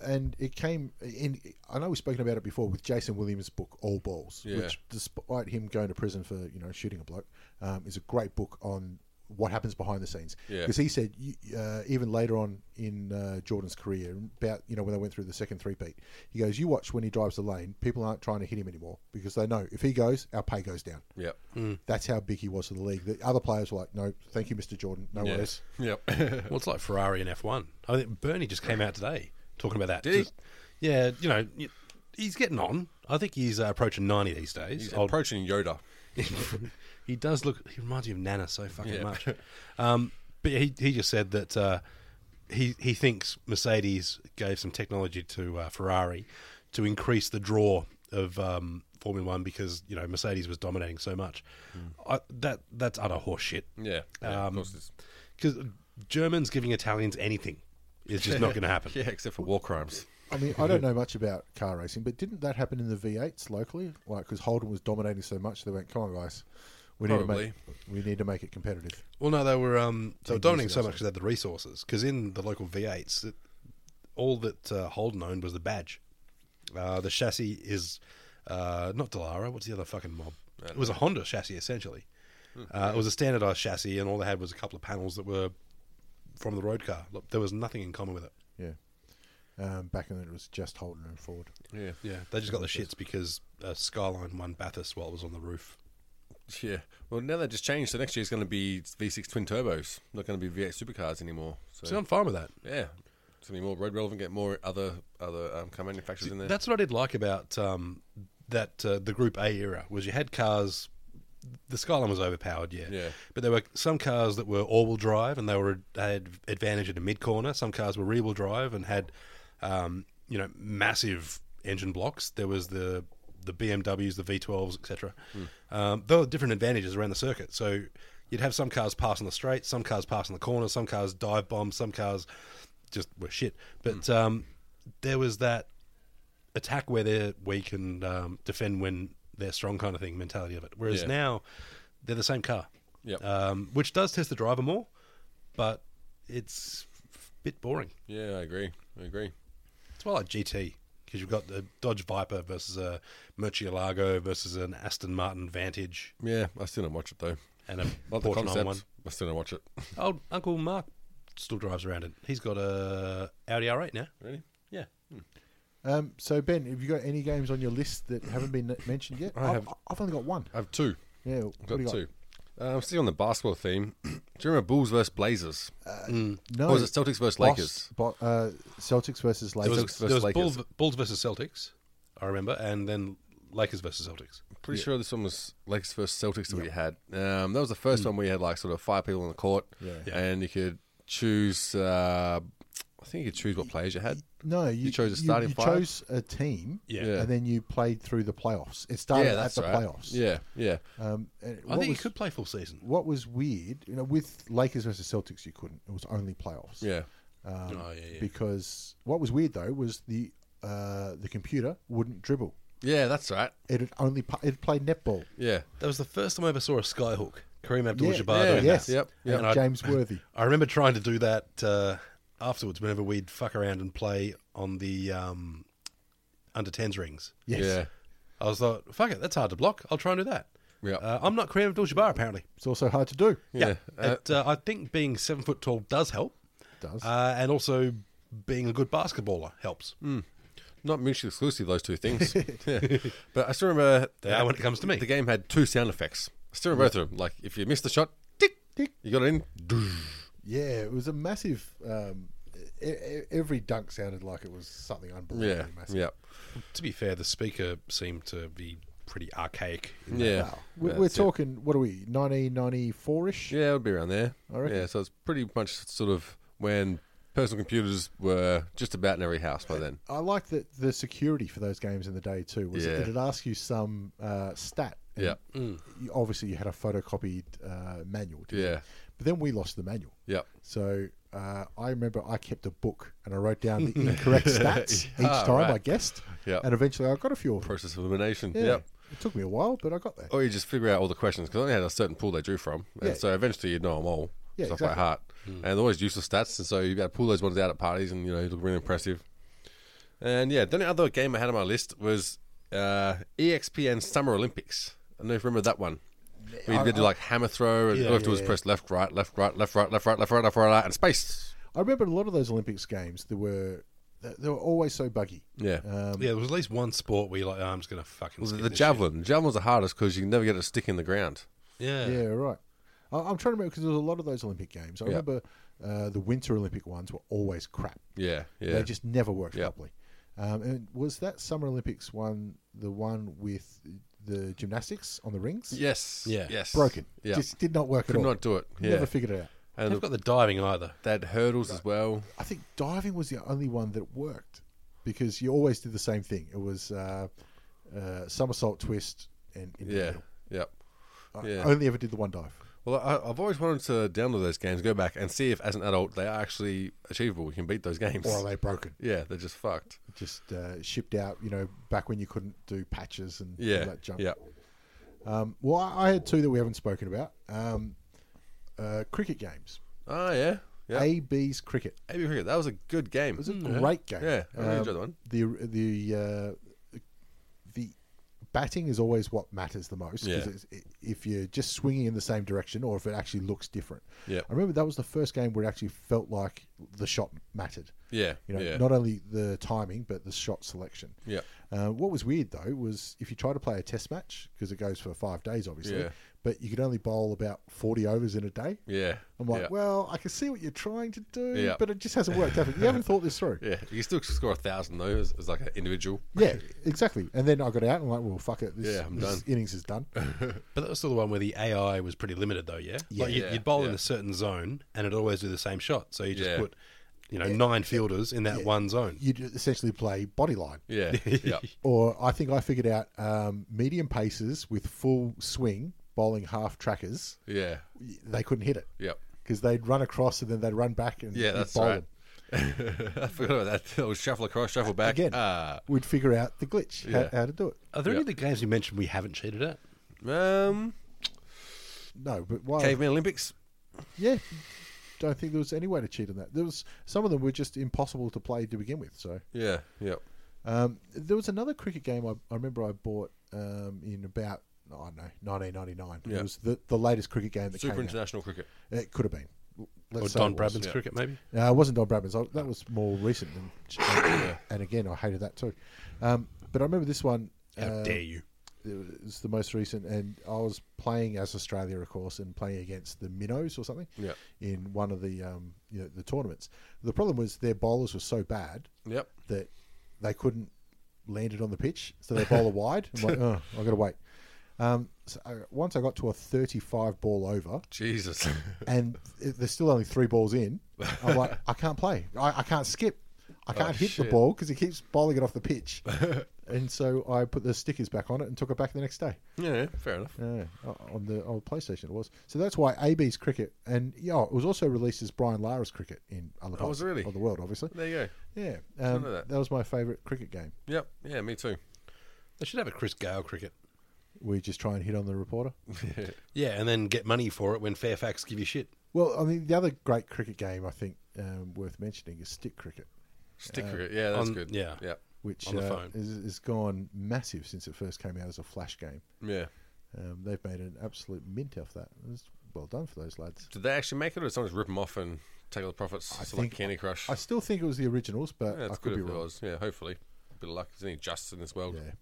[SPEAKER 5] and it came in. I know we've spoken about it before with Jason Williams' book All Balls,
[SPEAKER 2] Yeah.
[SPEAKER 5] which, despite him going to prison for you know shooting a bloke, um, is a great book on what happens behind the scenes.
[SPEAKER 2] Yeah.
[SPEAKER 5] Because he said you- uh, even later on in uh, Jordan's career, about you know when they went through the second three beat, he goes, "You watch when he drives the lane, people aren't trying to hit him anymore because they know if he goes, our pay goes down."
[SPEAKER 2] Yep.
[SPEAKER 5] That's how big he was to the league. The other players were like, "No, thank you, Mr. Jordan. No worries."
[SPEAKER 2] Yep.
[SPEAKER 6] Well, it's like Ferrari and F one. I think Bernie just came out today talking about that.
[SPEAKER 2] Did he?
[SPEAKER 6] Just- Yeah, you know, y- he's getting on. I think he's uh, approaching ninety these days.
[SPEAKER 2] He's
[SPEAKER 6] Old-
[SPEAKER 2] approaching Yoda.
[SPEAKER 6] he does look. He reminds me of Nana so fucking
[SPEAKER 2] Yeah.
[SPEAKER 6] much. Um, but he he just said that uh, he he thinks Mercedes gave some technology to uh, Ferrari to increase the draw of um, Formula One because you know Mercedes was dominating so much. I, that that's utter horseshit.
[SPEAKER 2] Hmm. Yeah. yeah of course it's-
[SPEAKER 6] Because Germans giving Italians anything is just not going to happen.
[SPEAKER 2] yeah, except for war crimes.
[SPEAKER 5] I mean, I don't know much about car racing, but didn't that happen in the V8s locally? Like, because Holden was dominating so much, they went, "Come on, guys, we need to
[SPEAKER 2] Probably.
[SPEAKER 5] make we need to make it competitive."
[SPEAKER 6] Well, no, they were um, they were
[SPEAKER 5] Take
[SPEAKER 6] donating
[SPEAKER 5] music
[SPEAKER 6] so
[SPEAKER 5] outside.
[SPEAKER 6] much because they had the resources. Because in the local V8s, it, all that uh, Holden owned was the badge. Uh, the chassis is uh, not Delara. What's the other fucking mob? It was a Honda chassis essentially. Uh, it was a standardized chassis, and all they had was a couple of panels that were from the road car. Look, there was nothing in common with it.
[SPEAKER 5] Yeah. Um, back then it was just Holden and Ford.
[SPEAKER 2] Yeah.
[SPEAKER 6] yeah. They just got the shits because uh, Skyline won Bathurst while it was on the roof.
[SPEAKER 2] Yeah. Well, now they just changed. So next year it's going to be V6 twin turbos. Not going to be V8 supercars anymore. So
[SPEAKER 6] See, I'm fine with that.
[SPEAKER 2] Yeah. It's going to be more road relevant. Get more other other um, car manufacturers in there.
[SPEAKER 6] That's what I did like about um, that uh, the Group A era was you had cars. The Skyline was overpowered, yeah.
[SPEAKER 2] Yeah.
[SPEAKER 6] But there were some cars that were all-wheel drive and they were had advantage in the mid corner. Some cars were rear-wheel drive and had, um, you know, massive engine blocks. There was the the BMWs, the V12s, etc.
[SPEAKER 2] Hmm.
[SPEAKER 6] Um, there were different advantages around the circuit. So you'd have some cars pass on the straight, some cars pass on the corner, some cars dive bomb, some cars just were shit. But
[SPEAKER 2] Hmm.
[SPEAKER 6] um, there was that attack where they're weak and um, defend when they're strong kind of thing mentality of it. Whereas
[SPEAKER 2] Yeah.
[SPEAKER 6] now they're the same car,
[SPEAKER 2] Yep.
[SPEAKER 6] um, which does test the driver more, but it's a bit boring.
[SPEAKER 2] yeah, I agree. I agree.
[SPEAKER 6] It's more like GT because you've got the Dodge Viper versus a Murcielago versus an Aston Martin Vantage
[SPEAKER 2] Yeah, I still don't watch it though.
[SPEAKER 6] and a
[SPEAKER 2] Love the
[SPEAKER 6] Porsche
[SPEAKER 2] concept.
[SPEAKER 6] 911.
[SPEAKER 2] I still don't watch it.
[SPEAKER 6] Old Uncle Mark still drives around it. He's got a Audi R8 now.
[SPEAKER 2] Really?
[SPEAKER 6] Yeah.
[SPEAKER 5] Um, so Ben, have you got any games on your list that haven't been mentioned yet?
[SPEAKER 2] I
[SPEAKER 5] I've-
[SPEAKER 2] have-
[SPEAKER 5] I've only got one.
[SPEAKER 2] I have two.
[SPEAKER 5] Yeah, what
[SPEAKER 2] Got
[SPEAKER 5] do you got?
[SPEAKER 2] two. Uh, I'm still on the basketball theme. Do you remember Bulls versus Blazers?
[SPEAKER 5] No,
[SPEAKER 2] Or was it Celtics versus Lakers?
[SPEAKER 5] Bo- uh, Celtics versus
[SPEAKER 6] There
[SPEAKER 5] Lakers.
[SPEAKER 6] was,
[SPEAKER 2] Celtics
[SPEAKER 6] there
[SPEAKER 2] versus
[SPEAKER 6] was Bulls,
[SPEAKER 2] Lakers.
[SPEAKER 6] Bulls versus Celtics, I remember, and then Lakers versus Celtics.
[SPEAKER 2] Pretty sure this one was Lakers versus Celtics that we had. Um, that was the first
[SPEAKER 5] Hmm.
[SPEAKER 2] one where you had like sort of five people on the court,
[SPEAKER 6] Yeah.
[SPEAKER 2] and you could choose. Uh, I think you could choose what players you had.
[SPEAKER 5] no, you,
[SPEAKER 2] chose a
[SPEAKER 5] you-
[SPEAKER 2] starting
[SPEAKER 5] you
[SPEAKER 2] five?
[SPEAKER 5] chose a team,
[SPEAKER 6] Yeah.
[SPEAKER 2] Yeah.
[SPEAKER 5] and then you played through the playoffs. It started at the
[SPEAKER 2] right.
[SPEAKER 5] playoffs.
[SPEAKER 2] Yeah, yeah.
[SPEAKER 5] Um, and
[SPEAKER 6] I
[SPEAKER 5] what was,
[SPEAKER 6] think you could play full season.
[SPEAKER 5] What was weird, you know, with Lakers versus Celtics, you couldn't. It was only playoffs.
[SPEAKER 2] Yeah.
[SPEAKER 5] Um,
[SPEAKER 6] Oh, yeah, yeah.
[SPEAKER 5] Because what was weird though was the uh, the computer wouldn't dribble.
[SPEAKER 2] Yeah, that's right.
[SPEAKER 5] It had only pu- it played netball.
[SPEAKER 2] Yeah.
[SPEAKER 6] That was the first time I ever saw a skyhook. Kareem Abdul-Jabbar
[SPEAKER 2] yeah,
[SPEAKER 6] doing
[SPEAKER 5] yes.
[SPEAKER 6] that.
[SPEAKER 2] Yep, yep.
[SPEAKER 6] And I-
[SPEAKER 5] James Worthy.
[SPEAKER 6] I remember trying to do that uh, afterwards. Whenever we'd fuck around and play on the um, under tens rings,
[SPEAKER 5] Yes.
[SPEAKER 2] Yeah.
[SPEAKER 6] I was like, "Fuck it, that's hard to block. I'll try and do that."
[SPEAKER 2] Yeah.
[SPEAKER 6] Uh, I'm not Kareem Abdul-Jabbar apparently.
[SPEAKER 5] It's also hard to do.
[SPEAKER 6] Yeah,
[SPEAKER 2] Uh,
[SPEAKER 6] It, uh, I think being seven foot tall does help,
[SPEAKER 5] Does.
[SPEAKER 6] uh, and also being a good basketballer helps.
[SPEAKER 2] Hmm. not mutually exclusive those two things. Yeah. But I still remember
[SPEAKER 6] They are when it comes to me.
[SPEAKER 2] The game had two sound effects. I still remember both of them. Like if you missed the shot, tick tick, you got it in.
[SPEAKER 5] Yeah, it was a massive. Um, e- e- every dunk sounded like it was something unbelievably
[SPEAKER 2] Yeah,
[SPEAKER 5] massive.
[SPEAKER 2] yeah,
[SPEAKER 6] To be fair, the speaker seemed to be pretty archaic.
[SPEAKER 2] yeah.
[SPEAKER 5] We-
[SPEAKER 2] Yeah,
[SPEAKER 5] We're
[SPEAKER 2] that's it.
[SPEAKER 5] talking. What are we? Nineteen ninety four ish.
[SPEAKER 2] Yeah, it would be around there.
[SPEAKER 5] I reckon.
[SPEAKER 2] Yeah, so it's pretty much sort of when personal computers were just about in every house by then.
[SPEAKER 5] I like that the security for those games in the day too was
[SPEAKER 2] Yeah.
[SPEAKER 5] that it asked you some uh, stat. and
[SPEAKER 2] Yeah. Mm.
[SPEAKER 5] You, obviously, you had a photocopied uh, manual. didn't you?
[SPEAKER 2] Yeah.
[SPEAKER 5] But then we lost the manual.
[SPEAKER 2] Yep.
[SPEAKER 5] So uh, I remember I kept a book and I wrote down the incorrect stats each
[SPEAKER 2] Ah,
[SPEAKER 5] time
[SPEAKER 2] right.
[SPEAKER 5] I guessed.
[SPEAKER 2] Yeah.
[SPEAKER 5] And eventually I got a few of them.
[SPEAKER 2] Process of elimination.
[SPEAKER 5] Yeah.
[SPEAKER 2] Yep.
[SPEAKER 5] It took me a while, but I got there.
[SPEAKER 2] Or Oh, you just figure out all the questions because I only had a certain pool they drew from, and
[SPEAKER 5] Yeah.
[SPEAKER 2] so eventually you'd know them all
[SPEAKER 5] Yeah,
[SPEAKER 2] stuff by
[SPEAKER 5] exactly.
[SPEAKER 2] heart. And they're always useless stats, and so you got to pull those ones out at parties, and you know you look really impressive. And yeah, the only other game I had on my list was uh, EXPN Summer Olympics. I don't know if you remember that one. We did like hammer throw, and all you have to do was press left, right, left, right, left, right, left, right, left, right, left, right, right, and space.
[SPEAKER 5] I remember a lot of those Olympics games. They were they they were always so buggy.
[SPEAKER 2] Yeah.
[SPEAKER 5] Um,
[SPEAKER 6] Yeah, there was at least one sport where you're like, oh, I'm just going to fucking.
[SPEAKER 2] was
[SPEAKER 6] skip
[SPEAKER 2] it the
[SPEAKER 6] this
[SPEAKER 2] javelin? The javelin was the hardest because you can never get it to stick in the ground.
[SPEAKER 6] shit." Yeah.
[SPEAKER 5] yeah, right. I, I'm trying to remember because there was a lot of those Olympic games. I
[SPEAKER 2] Yeah.
[SPEAKER 5] remember uh, the Winter Olympic ones were always crap.
[SPEAKER 2] Yeah, yeah.
[SPEAKER 5] They just never worked
[SPEAKER 2] Yeah.
[SPEAKER 5] properly. Um, and was that Summer Olympics one the one with the gymnastics on the rings?
[SPEAKER 2] yes,
[SPEAKER 6] Yeah.
[SPEAKER 2] yes.
[SPEAKER 5] Broken.
[SPEAKER 2] Yeah,
[SPEAKER 5] Just did not work
[SPEAKER 2] could
[SPEAKER 5] at all.
[SPEAKER 2] not do it. Yeah.
[SPEAKER 5] Never figured it out.
[SPEAKER 2] And
[SPEAKER 6] They've got the diving either.
[SPEAKER 2] They had hurdles as well.
[SPEAKER 5] I think diving was the only one that worked because you always did the same thing. It was uh, uh, somersault twist and in the
[SPEAKER 2] Yeah.
[SPEAKER 5] middle.
[SPEAKER 2] Yep.
[SPEAKER 5] I
[SPEAKER 2] Yeah.
[SPEAKER 5] only ever did the one dive.
[SPEAKER 2] Well, I, I've always wanted to download those games, go back and see if, as an adult, they are actually achievable. We can beat those games.
[SPEAKER 5] Or are they broken?
[SPEAKER 2] yeah, they're just fucked.
[SPEAKER 5] Just uh, shipped out, you know, back when you couldn't do patches and all
[SPEAKER 2] Yeah.
[SPEAKER 5] that junk.
[SPEAKER 2] Yeah.
[SPEAKER 5] Um, well, I I had two that we haven't spoken about. Um, uh, cricket games.
[SPEAKER 2] Oh yeah.
[SPEAKER 5] AB's Cricket.
[SPEAKER 2] AB Cricket. That was a good game. It
[SPEAKER 5] was a great game.
[SPEAKER 2] Yeah, I really
[SPEAKER 5] Um,
[SPEAKER 2] enjoyed that one.
[SPEAKER 5] The the uh, the batting is always what matters the most. 'cause
[SPEAKER 2] Yeah.
[SPEAKER 5] it's- i- if you're just swinging in the same direction, or if it actually looks different.
[SPEAKER 2] Yeah.
[SPEAKER 5] I remember that was the first game where it actually felt like the shot mattered.
[SPEAKER 2] Yeah,
[SPEAKER 5] you know,
[SPEAKER 2] yeah.
[SPEAKER 5] not only the timing but the shot selection.
[SPEAKER 2] Yeah.
[SPEAKER 5] Uh, what was weird though was if you try to play a test match because it goes for five days, obviously,
[SPEAKER 2] Yeah.
[SPEAKER 5] but you could only bowl about forty overs in a day.
[SPEAKER 2] Yeah,
[SPEAKER 5] I'm like,
[SPEAKER 2] yeah.
[SPEAKER 5] well, I can see what you're trying to do,
[SPEAKER 2] Yeah.
[SPEAKER 5] but it just hasn't worked. Have it? You haven't thought this through.
[SPEAKER 2] Yeah, you can still score a thousand though as, as like an individual.
[SPEAKER 5] Yeah, exactly. And then I got out and like, well, fuck it. This,
[SPEAKER 2] Yeah, I'm
[SPEAKER 5] this
[SPEAKER 2] done.
[SPEAKER 5] innings is done.
[SPEAKER 6] But that was still the one where the AI was pretty limited, though. Yeah,
[SPEAKER 5] Yeah.
[SPEAKER 6] like you'd,
[SPEAKER 5] Yeah,
[SPEAKER 6] you'd bowl in
[SPEAKER 2] yeah.
[SPEAKER 6] a certain zone, and it'd always do the same shot. So you just
[SPEAKER 2] Yeah.
[SPEAKER 6] put, you know, nine fielders in that one zone.
[SPEAKER 5] You'd essentially play body line.
[SPEAKER 2] Yeah, yeah,
[SPEAKER 5] Or I think I figured out um, medium paces with full swing, bowling half trackers,
[SPEAKER 2] yeah,
[SPEAKER 5] they couldn't hit it.
[SPEAKER 2] Yep.
[SPEAKER 5] Because they'd run across and then they'd run back and
[SPEAKER 2] yeah.
[SPEAKER 5] you'd
[SPEAKER 2] That's
[SPEAKER 5] bowl
[SPEAKER 2] right.
[SPEAKER 5] them.
[SPEAKER 2] I forgot about that. It was shuffle across, shuffle back.
[SPEAKER 5] Again,
[SPEAKER 2] Ah.
[SPEAKER 5] we'd figure out the glitch,
[SPEAKER 2] Yeah.
[SPEAKER 5] how, how to do it.
[SPEAKER 6] Are there any of the games you mentioned we haven't cheated at?
[SPEAKER 2] um,
[SPEAKER 5] No, but why?
[SPEAKER 2] caveman Olympics.
[SPEAKER 5] Yeah, don't think there was any way to cheat on that. There was some of them were just impossible to play to begin with. So
[SPEAKER 2] Yeah, yeah,
[SPEAKER 5] Um, there was another cricket game I, I remember I bought um, in about I don't know 1999.
[SPEAKER 2] Yeah.
[SPEAKER 5] It was the, the latest cricket game that
[SPEAKER 2] Super
[SPEAKER 5] came out.
[SPEAKER 2] international cricket.
[SPEAKER 5] It could have been. Let's
[SPEAKER 6] Or
[SPEAKER 5] say
[SPEAKER 6] Don
[SPEAKER 5] it was.
[SPEAKER 6] Bradman's cricket, maybe?
[SPEAKER 5] No, it wasn't Don Bradman's. I, that was more recent, than, and again I hated that too. Um, but I remember this one.
[SPEAKER 6] How
[SPEAKER 5] uh,
[SPEAKER 6] dare you?
[SPEAKER 5] It was the most recent, and I was playing as Australia, of course, and playing against the minnows or something
[SPEAKER 2] Yeah.
[SPEAKER 5] in one of the um, you know, the tournaments. The problem was their bowlers were so bad
[SPEAKER 2] Yep.
[SPEAKER 5] that they couldn't land it on the pitch, so they bowl a wide. I'm like, oh, I've got to wait. Um, so I, once I got to a 35 ball over,
[SPEAKER 2] Jesus.
[SPEAKER 5] and it- there's still only three balls in, I'm like, I can't play. I, I can't skip. I can't hit the
[SPEAKER 2] Oh, shit.
[SPEAKER 5] ball because he keeps bowling it off the pitch. and so I put the stickers back on it and took it back the next day.
[SPEAKER 2] yeah, fair enough.
[SPEAKER 5] Yeah, on the on PlayStation it was. So that's why AB's cricket, and yeah, it was also released as Brian Lara's cricket in other
[SPEAKER 2] Oh,
[SPEAKER 5] parts
[SPEAKER 2] was it really?
[SPEAKER 5] of the world, obviously.
[SPEAKER 2] There you go.
[SPEAKER 5] Yeah, um,
[SPEAKER 2] know
[SPEAKER 5] that.
[SPEAKER 2] that.
[SPEAKER 5] was my favourite cricket game.
[SPEAKER 2] Yep. Yeah, me too.
[SPEAKER 6] They should have a Chris Gale cricket.
[SPEAKER 5] We just try and hit on the reporter.
[SPEAKER 6] Yeah, and then get money for it when Fairfax give you shit.
[SPEAKER 5] Well, I mean, the other great cricket game I think um, worth mentioning is stick cricket,
[SPEAKER 2] Stick
[SPEAKER 5] Uh,
[SPEAKER 2] cricket. Yeah, that's
[SPEAKER 6] on-
[SPEAKER 2] good.
[SPEAKER 6] yeah.
[SPEAKER 2] yeah,
[SPEAKER 5] which
[SPEAKER 6] On the
[SPEAKER 5] uh,
[SPEAKER 6] phone.
[SPEAKER 5] Is, is gone massive since it first came out as a flash game.
[SPEAKER 2] yeah.
[SPEAKER 5] Um, they've made an absolute mint off that. It's well done for those lads.
[SPEAKER 2] Did they actually make it, or did someone just rip them off and take all the profits? so like Candy Crush.
[SPEAKER 5] I still think it was the originals, but
[SPEAKER 2] yeah,
[SPEAKER 5] I
[SPEAKER 2] that's
[SPEAKER 5] could
[SPEAKER 2] good
[SPEAKER 5] be
[SPEAKER 2] if it
[SPEAKER 5] wrong.
[SPEAKER 2] was. Yeah, hopefully. Bit of luck. There's any justice in this world.
[SPEAKER 5] Yeah.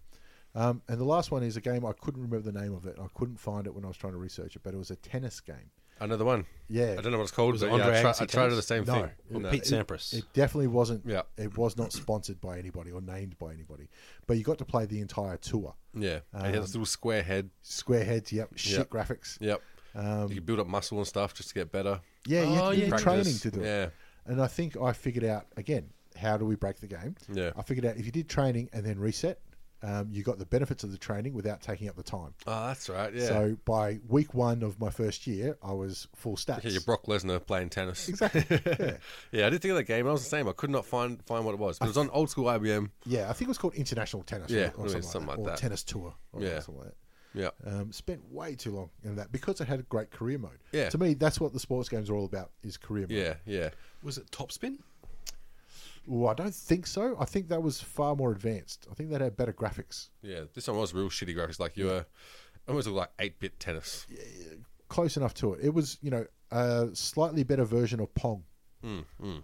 [SPEAKER 5] Um, and the last one is a game I couldn't remember the name of it. I couldn't find it when I was trying to research it, but it was a tennis game.
[SPEAKER 2] Another one.
[SPEAKER 5] Yeah.
[SPEAKER 2] I don't know what it's called,
[SPEAKER 6] Was
[SPEAKER 2] but
[SPEAKER 6] it
[SPEAKER 2] yeah,
[SPEAKER 6] Andre
[SPEAKER 2] I, try,
[SPEAKER 6] Agassi
[SPEAKER 2] I tried to do the
[SPEAKER 6] tennis?
[SPEAKER 2] same
[SPEAKER 5] No.
[SPEAKER 2] thing.
[SPEAKER 5] Or
[SPEAKER 6] Pete Sampras.
[SPEAKER 5] It definitely wasn't.
[SPEAKER 2] Uh, Yeah.
[SPEAKER 5] It was not sponsored by anybody or named by anybody, but you got to play the entire tour.
[SPEAKER 2] Yeah. and he has this
[SPEAKER 5] Um,
[SPEAKER 2] little square head.
[SPEAKER 5] Square heads, yep. Shit
[SPEAKER 2] Yep.
[SPEAKER 5] graphics.
[SPEAKER 2] Yep. you can build up muscle and stuff just to get better.
[SPEAKER 5] Um, Oh, Yeah, you had to do
[SPEAKER 2] Practice.
[SPEAKER 5] training to do
[SPEAKER 2] Oh, yeah.
[SPEAKER 5] it. And I think I figured out again how do we break the game.
[SPEAKER 2] Yeah.
[SPEAKER 5] I figured out if you did training and then reset, um, you got the benefits of the training without taking up the time.
[SPEAKER 2] Oh, that's right. Yeah.
[SPEAKER 5] So by week one of my first year, I was full stats.
[SPEAKER 2] yeah, you're Brock Lesnar playing tennis. Exactly. Yeah. I did think of that game. I was the same. I could not find find what it was. But it was on old school IBM.
[SPEAKER 5] Yeah, I think it was called International Tennis. or, or
[SPEAKER 2] Yeah, it
[SPEAKER 5] something,
[SPEAKER 2] was something
[SPEAKER 5] like,
[SPEAKER 2] like
[SPEAKER 5] that. Or
[SPEAKER 2] that.
[SPEAKER 5] Tennis Tour. Or
[SPEAKER 2] Yeah.
[SPEAKER 5] something like that.
[SPEAKER 2] Yeah.
[SPEAKER 5] Um, spent way too long in that because it had a great career mode.
[SPEAKER 2] Yeah.
[SPEAKER 5] To me, that's what the sports games are all about is career mode.
[SPEAKER 2] Yeah. Yeah.
[SPEAKER 6] Was it Topspin?
[SPEAKER 5] Well, I don't think so. I think that was far more advanced. I think that had better graphics.
[SPEAKER 2] Yeah. This one was real shitty graphics. Like you were almost looked like eight bit tennis.
[SPEAKER 5] Close enough to it. It was, you know, a slightly better version of Pong. Um,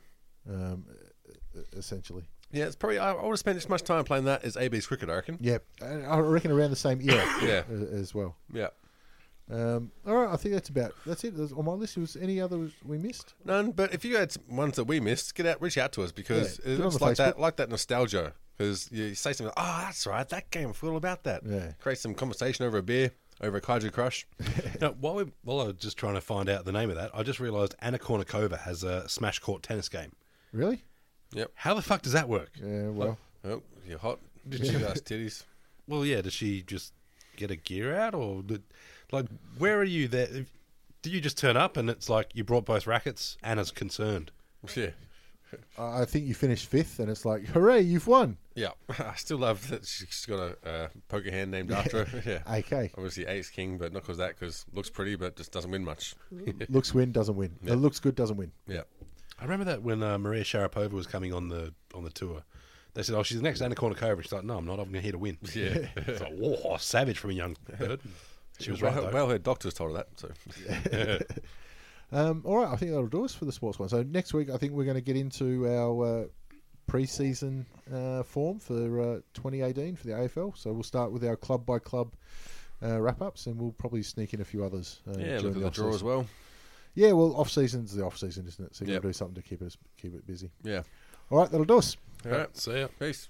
[SPEAKER 5] e- e- essentially.
[SPEAKER 2] Yeah, it's probably I, I would have spent as much time playing that as AB's cricket. I reckon.
[SPEAKER 5] Yeah. And I reckon around the same era
[SPEAKER 2] Yeah.
[SPEAKER 5] a- as well.
[SPEAKER 2] Yeah.
[SPEAKER 5] Um, all right. I think that's about That's it. There's- On my list, was any others we missed?
[SPEAKER 2] None, but if you had some ones that we missed, get out, reach out to us because
[SPEAKER 5] Yeah,
[SPEAKER 2] it
[SPEAKER 5] get on
[SPEAKER 2] looks
[SPEAKER 5] the
[SPEAKER 2] like
[SPEAKER 5] Facebook.
[SPEAKER 2] that, like that nostalgia. Because you say something, like, oh, that's right, that game, I forgot all about that.
[SPEAKER 5] Yeah.
[SPEAKER 2] Create some conversation over a beer, over a kaiju crush.
[SPEAKER 6] No, while, we, while I was just trying to find out the name of that, I just realised Anna Kournikova has a smash court tennis game.
[SPEAKER 5] Really?
[SPEAKER 6] How the fuck does that work?
[SPEAKER 5] Yeah, well,
[SPEAKER 2] oh, you're hot. Did you ask titties?
[SPEAKER 6] Well, yeah. Does she just get a gear out, or did, like, where are you there? If- Do you just turn up and it's like you brought both rackets? Anna's concerned.
[SPEAKER 2] Yeah.
[SPEAKER 5] I I think you finished fifth, and it's like, hooray, you've won.
[SPEAKER 2] Yeah. I still love that she's got a uh, poker hand named after her. Yeah.
[SPEAKER 5] AK.
[SPEAKER 2] Obviously, Ace King, but not
[SPEAKER 5] Mm.
[SPEAKER 2] because that, because looks pretty, but just doesn't win much.
[SPEAKER 5] looks win, doesn't win. It looks good, doesn't win.
[SPEAKER 2] Yeah.
[SPEAKER 6] I remember that when uh, Maria Sharapova was coming on the on the tour, they said, "Oh, she's the next Anna Kournikova." She's like, "No, I'm not. I'm here to win."
[SPEAKER 2] Yeah.
[SPEAKER 6] it's like, "Whoa, savage from a young bird." She was right.
[SPEAKER 2] Well,
[SPEAKER 6] though.
[SPEAKER 2] well, her doctors told her that. So
[SPEAKER 5] Um, all right, I think that'll do us for the sports one. So next week, I think we're going to get into our uh, preseason uh, form for uh, 2018 for the AFL. So we'll start with our club by club uh, wrap ups, and we'll probably sneak in a few others. Uh,
[SPEAKER 2] yeah,
[SPEAKER 5] during
[SPEAKER 2] look at the draw
[SPEAKER 5] off-season.
[SPEAKER 2] as well.
[SPEAKER 5] Yeah, well, off season's the off season, isn't it? So you
[SPEAKER 2] Yep.
[SPEAKER 5] got to do something to keep us keep it busy.
[SPEAKER 2] Yeah.
[SPEAKER 5] All right, that'll do us.
[SPEAKER 2] All right. See ya. Peace.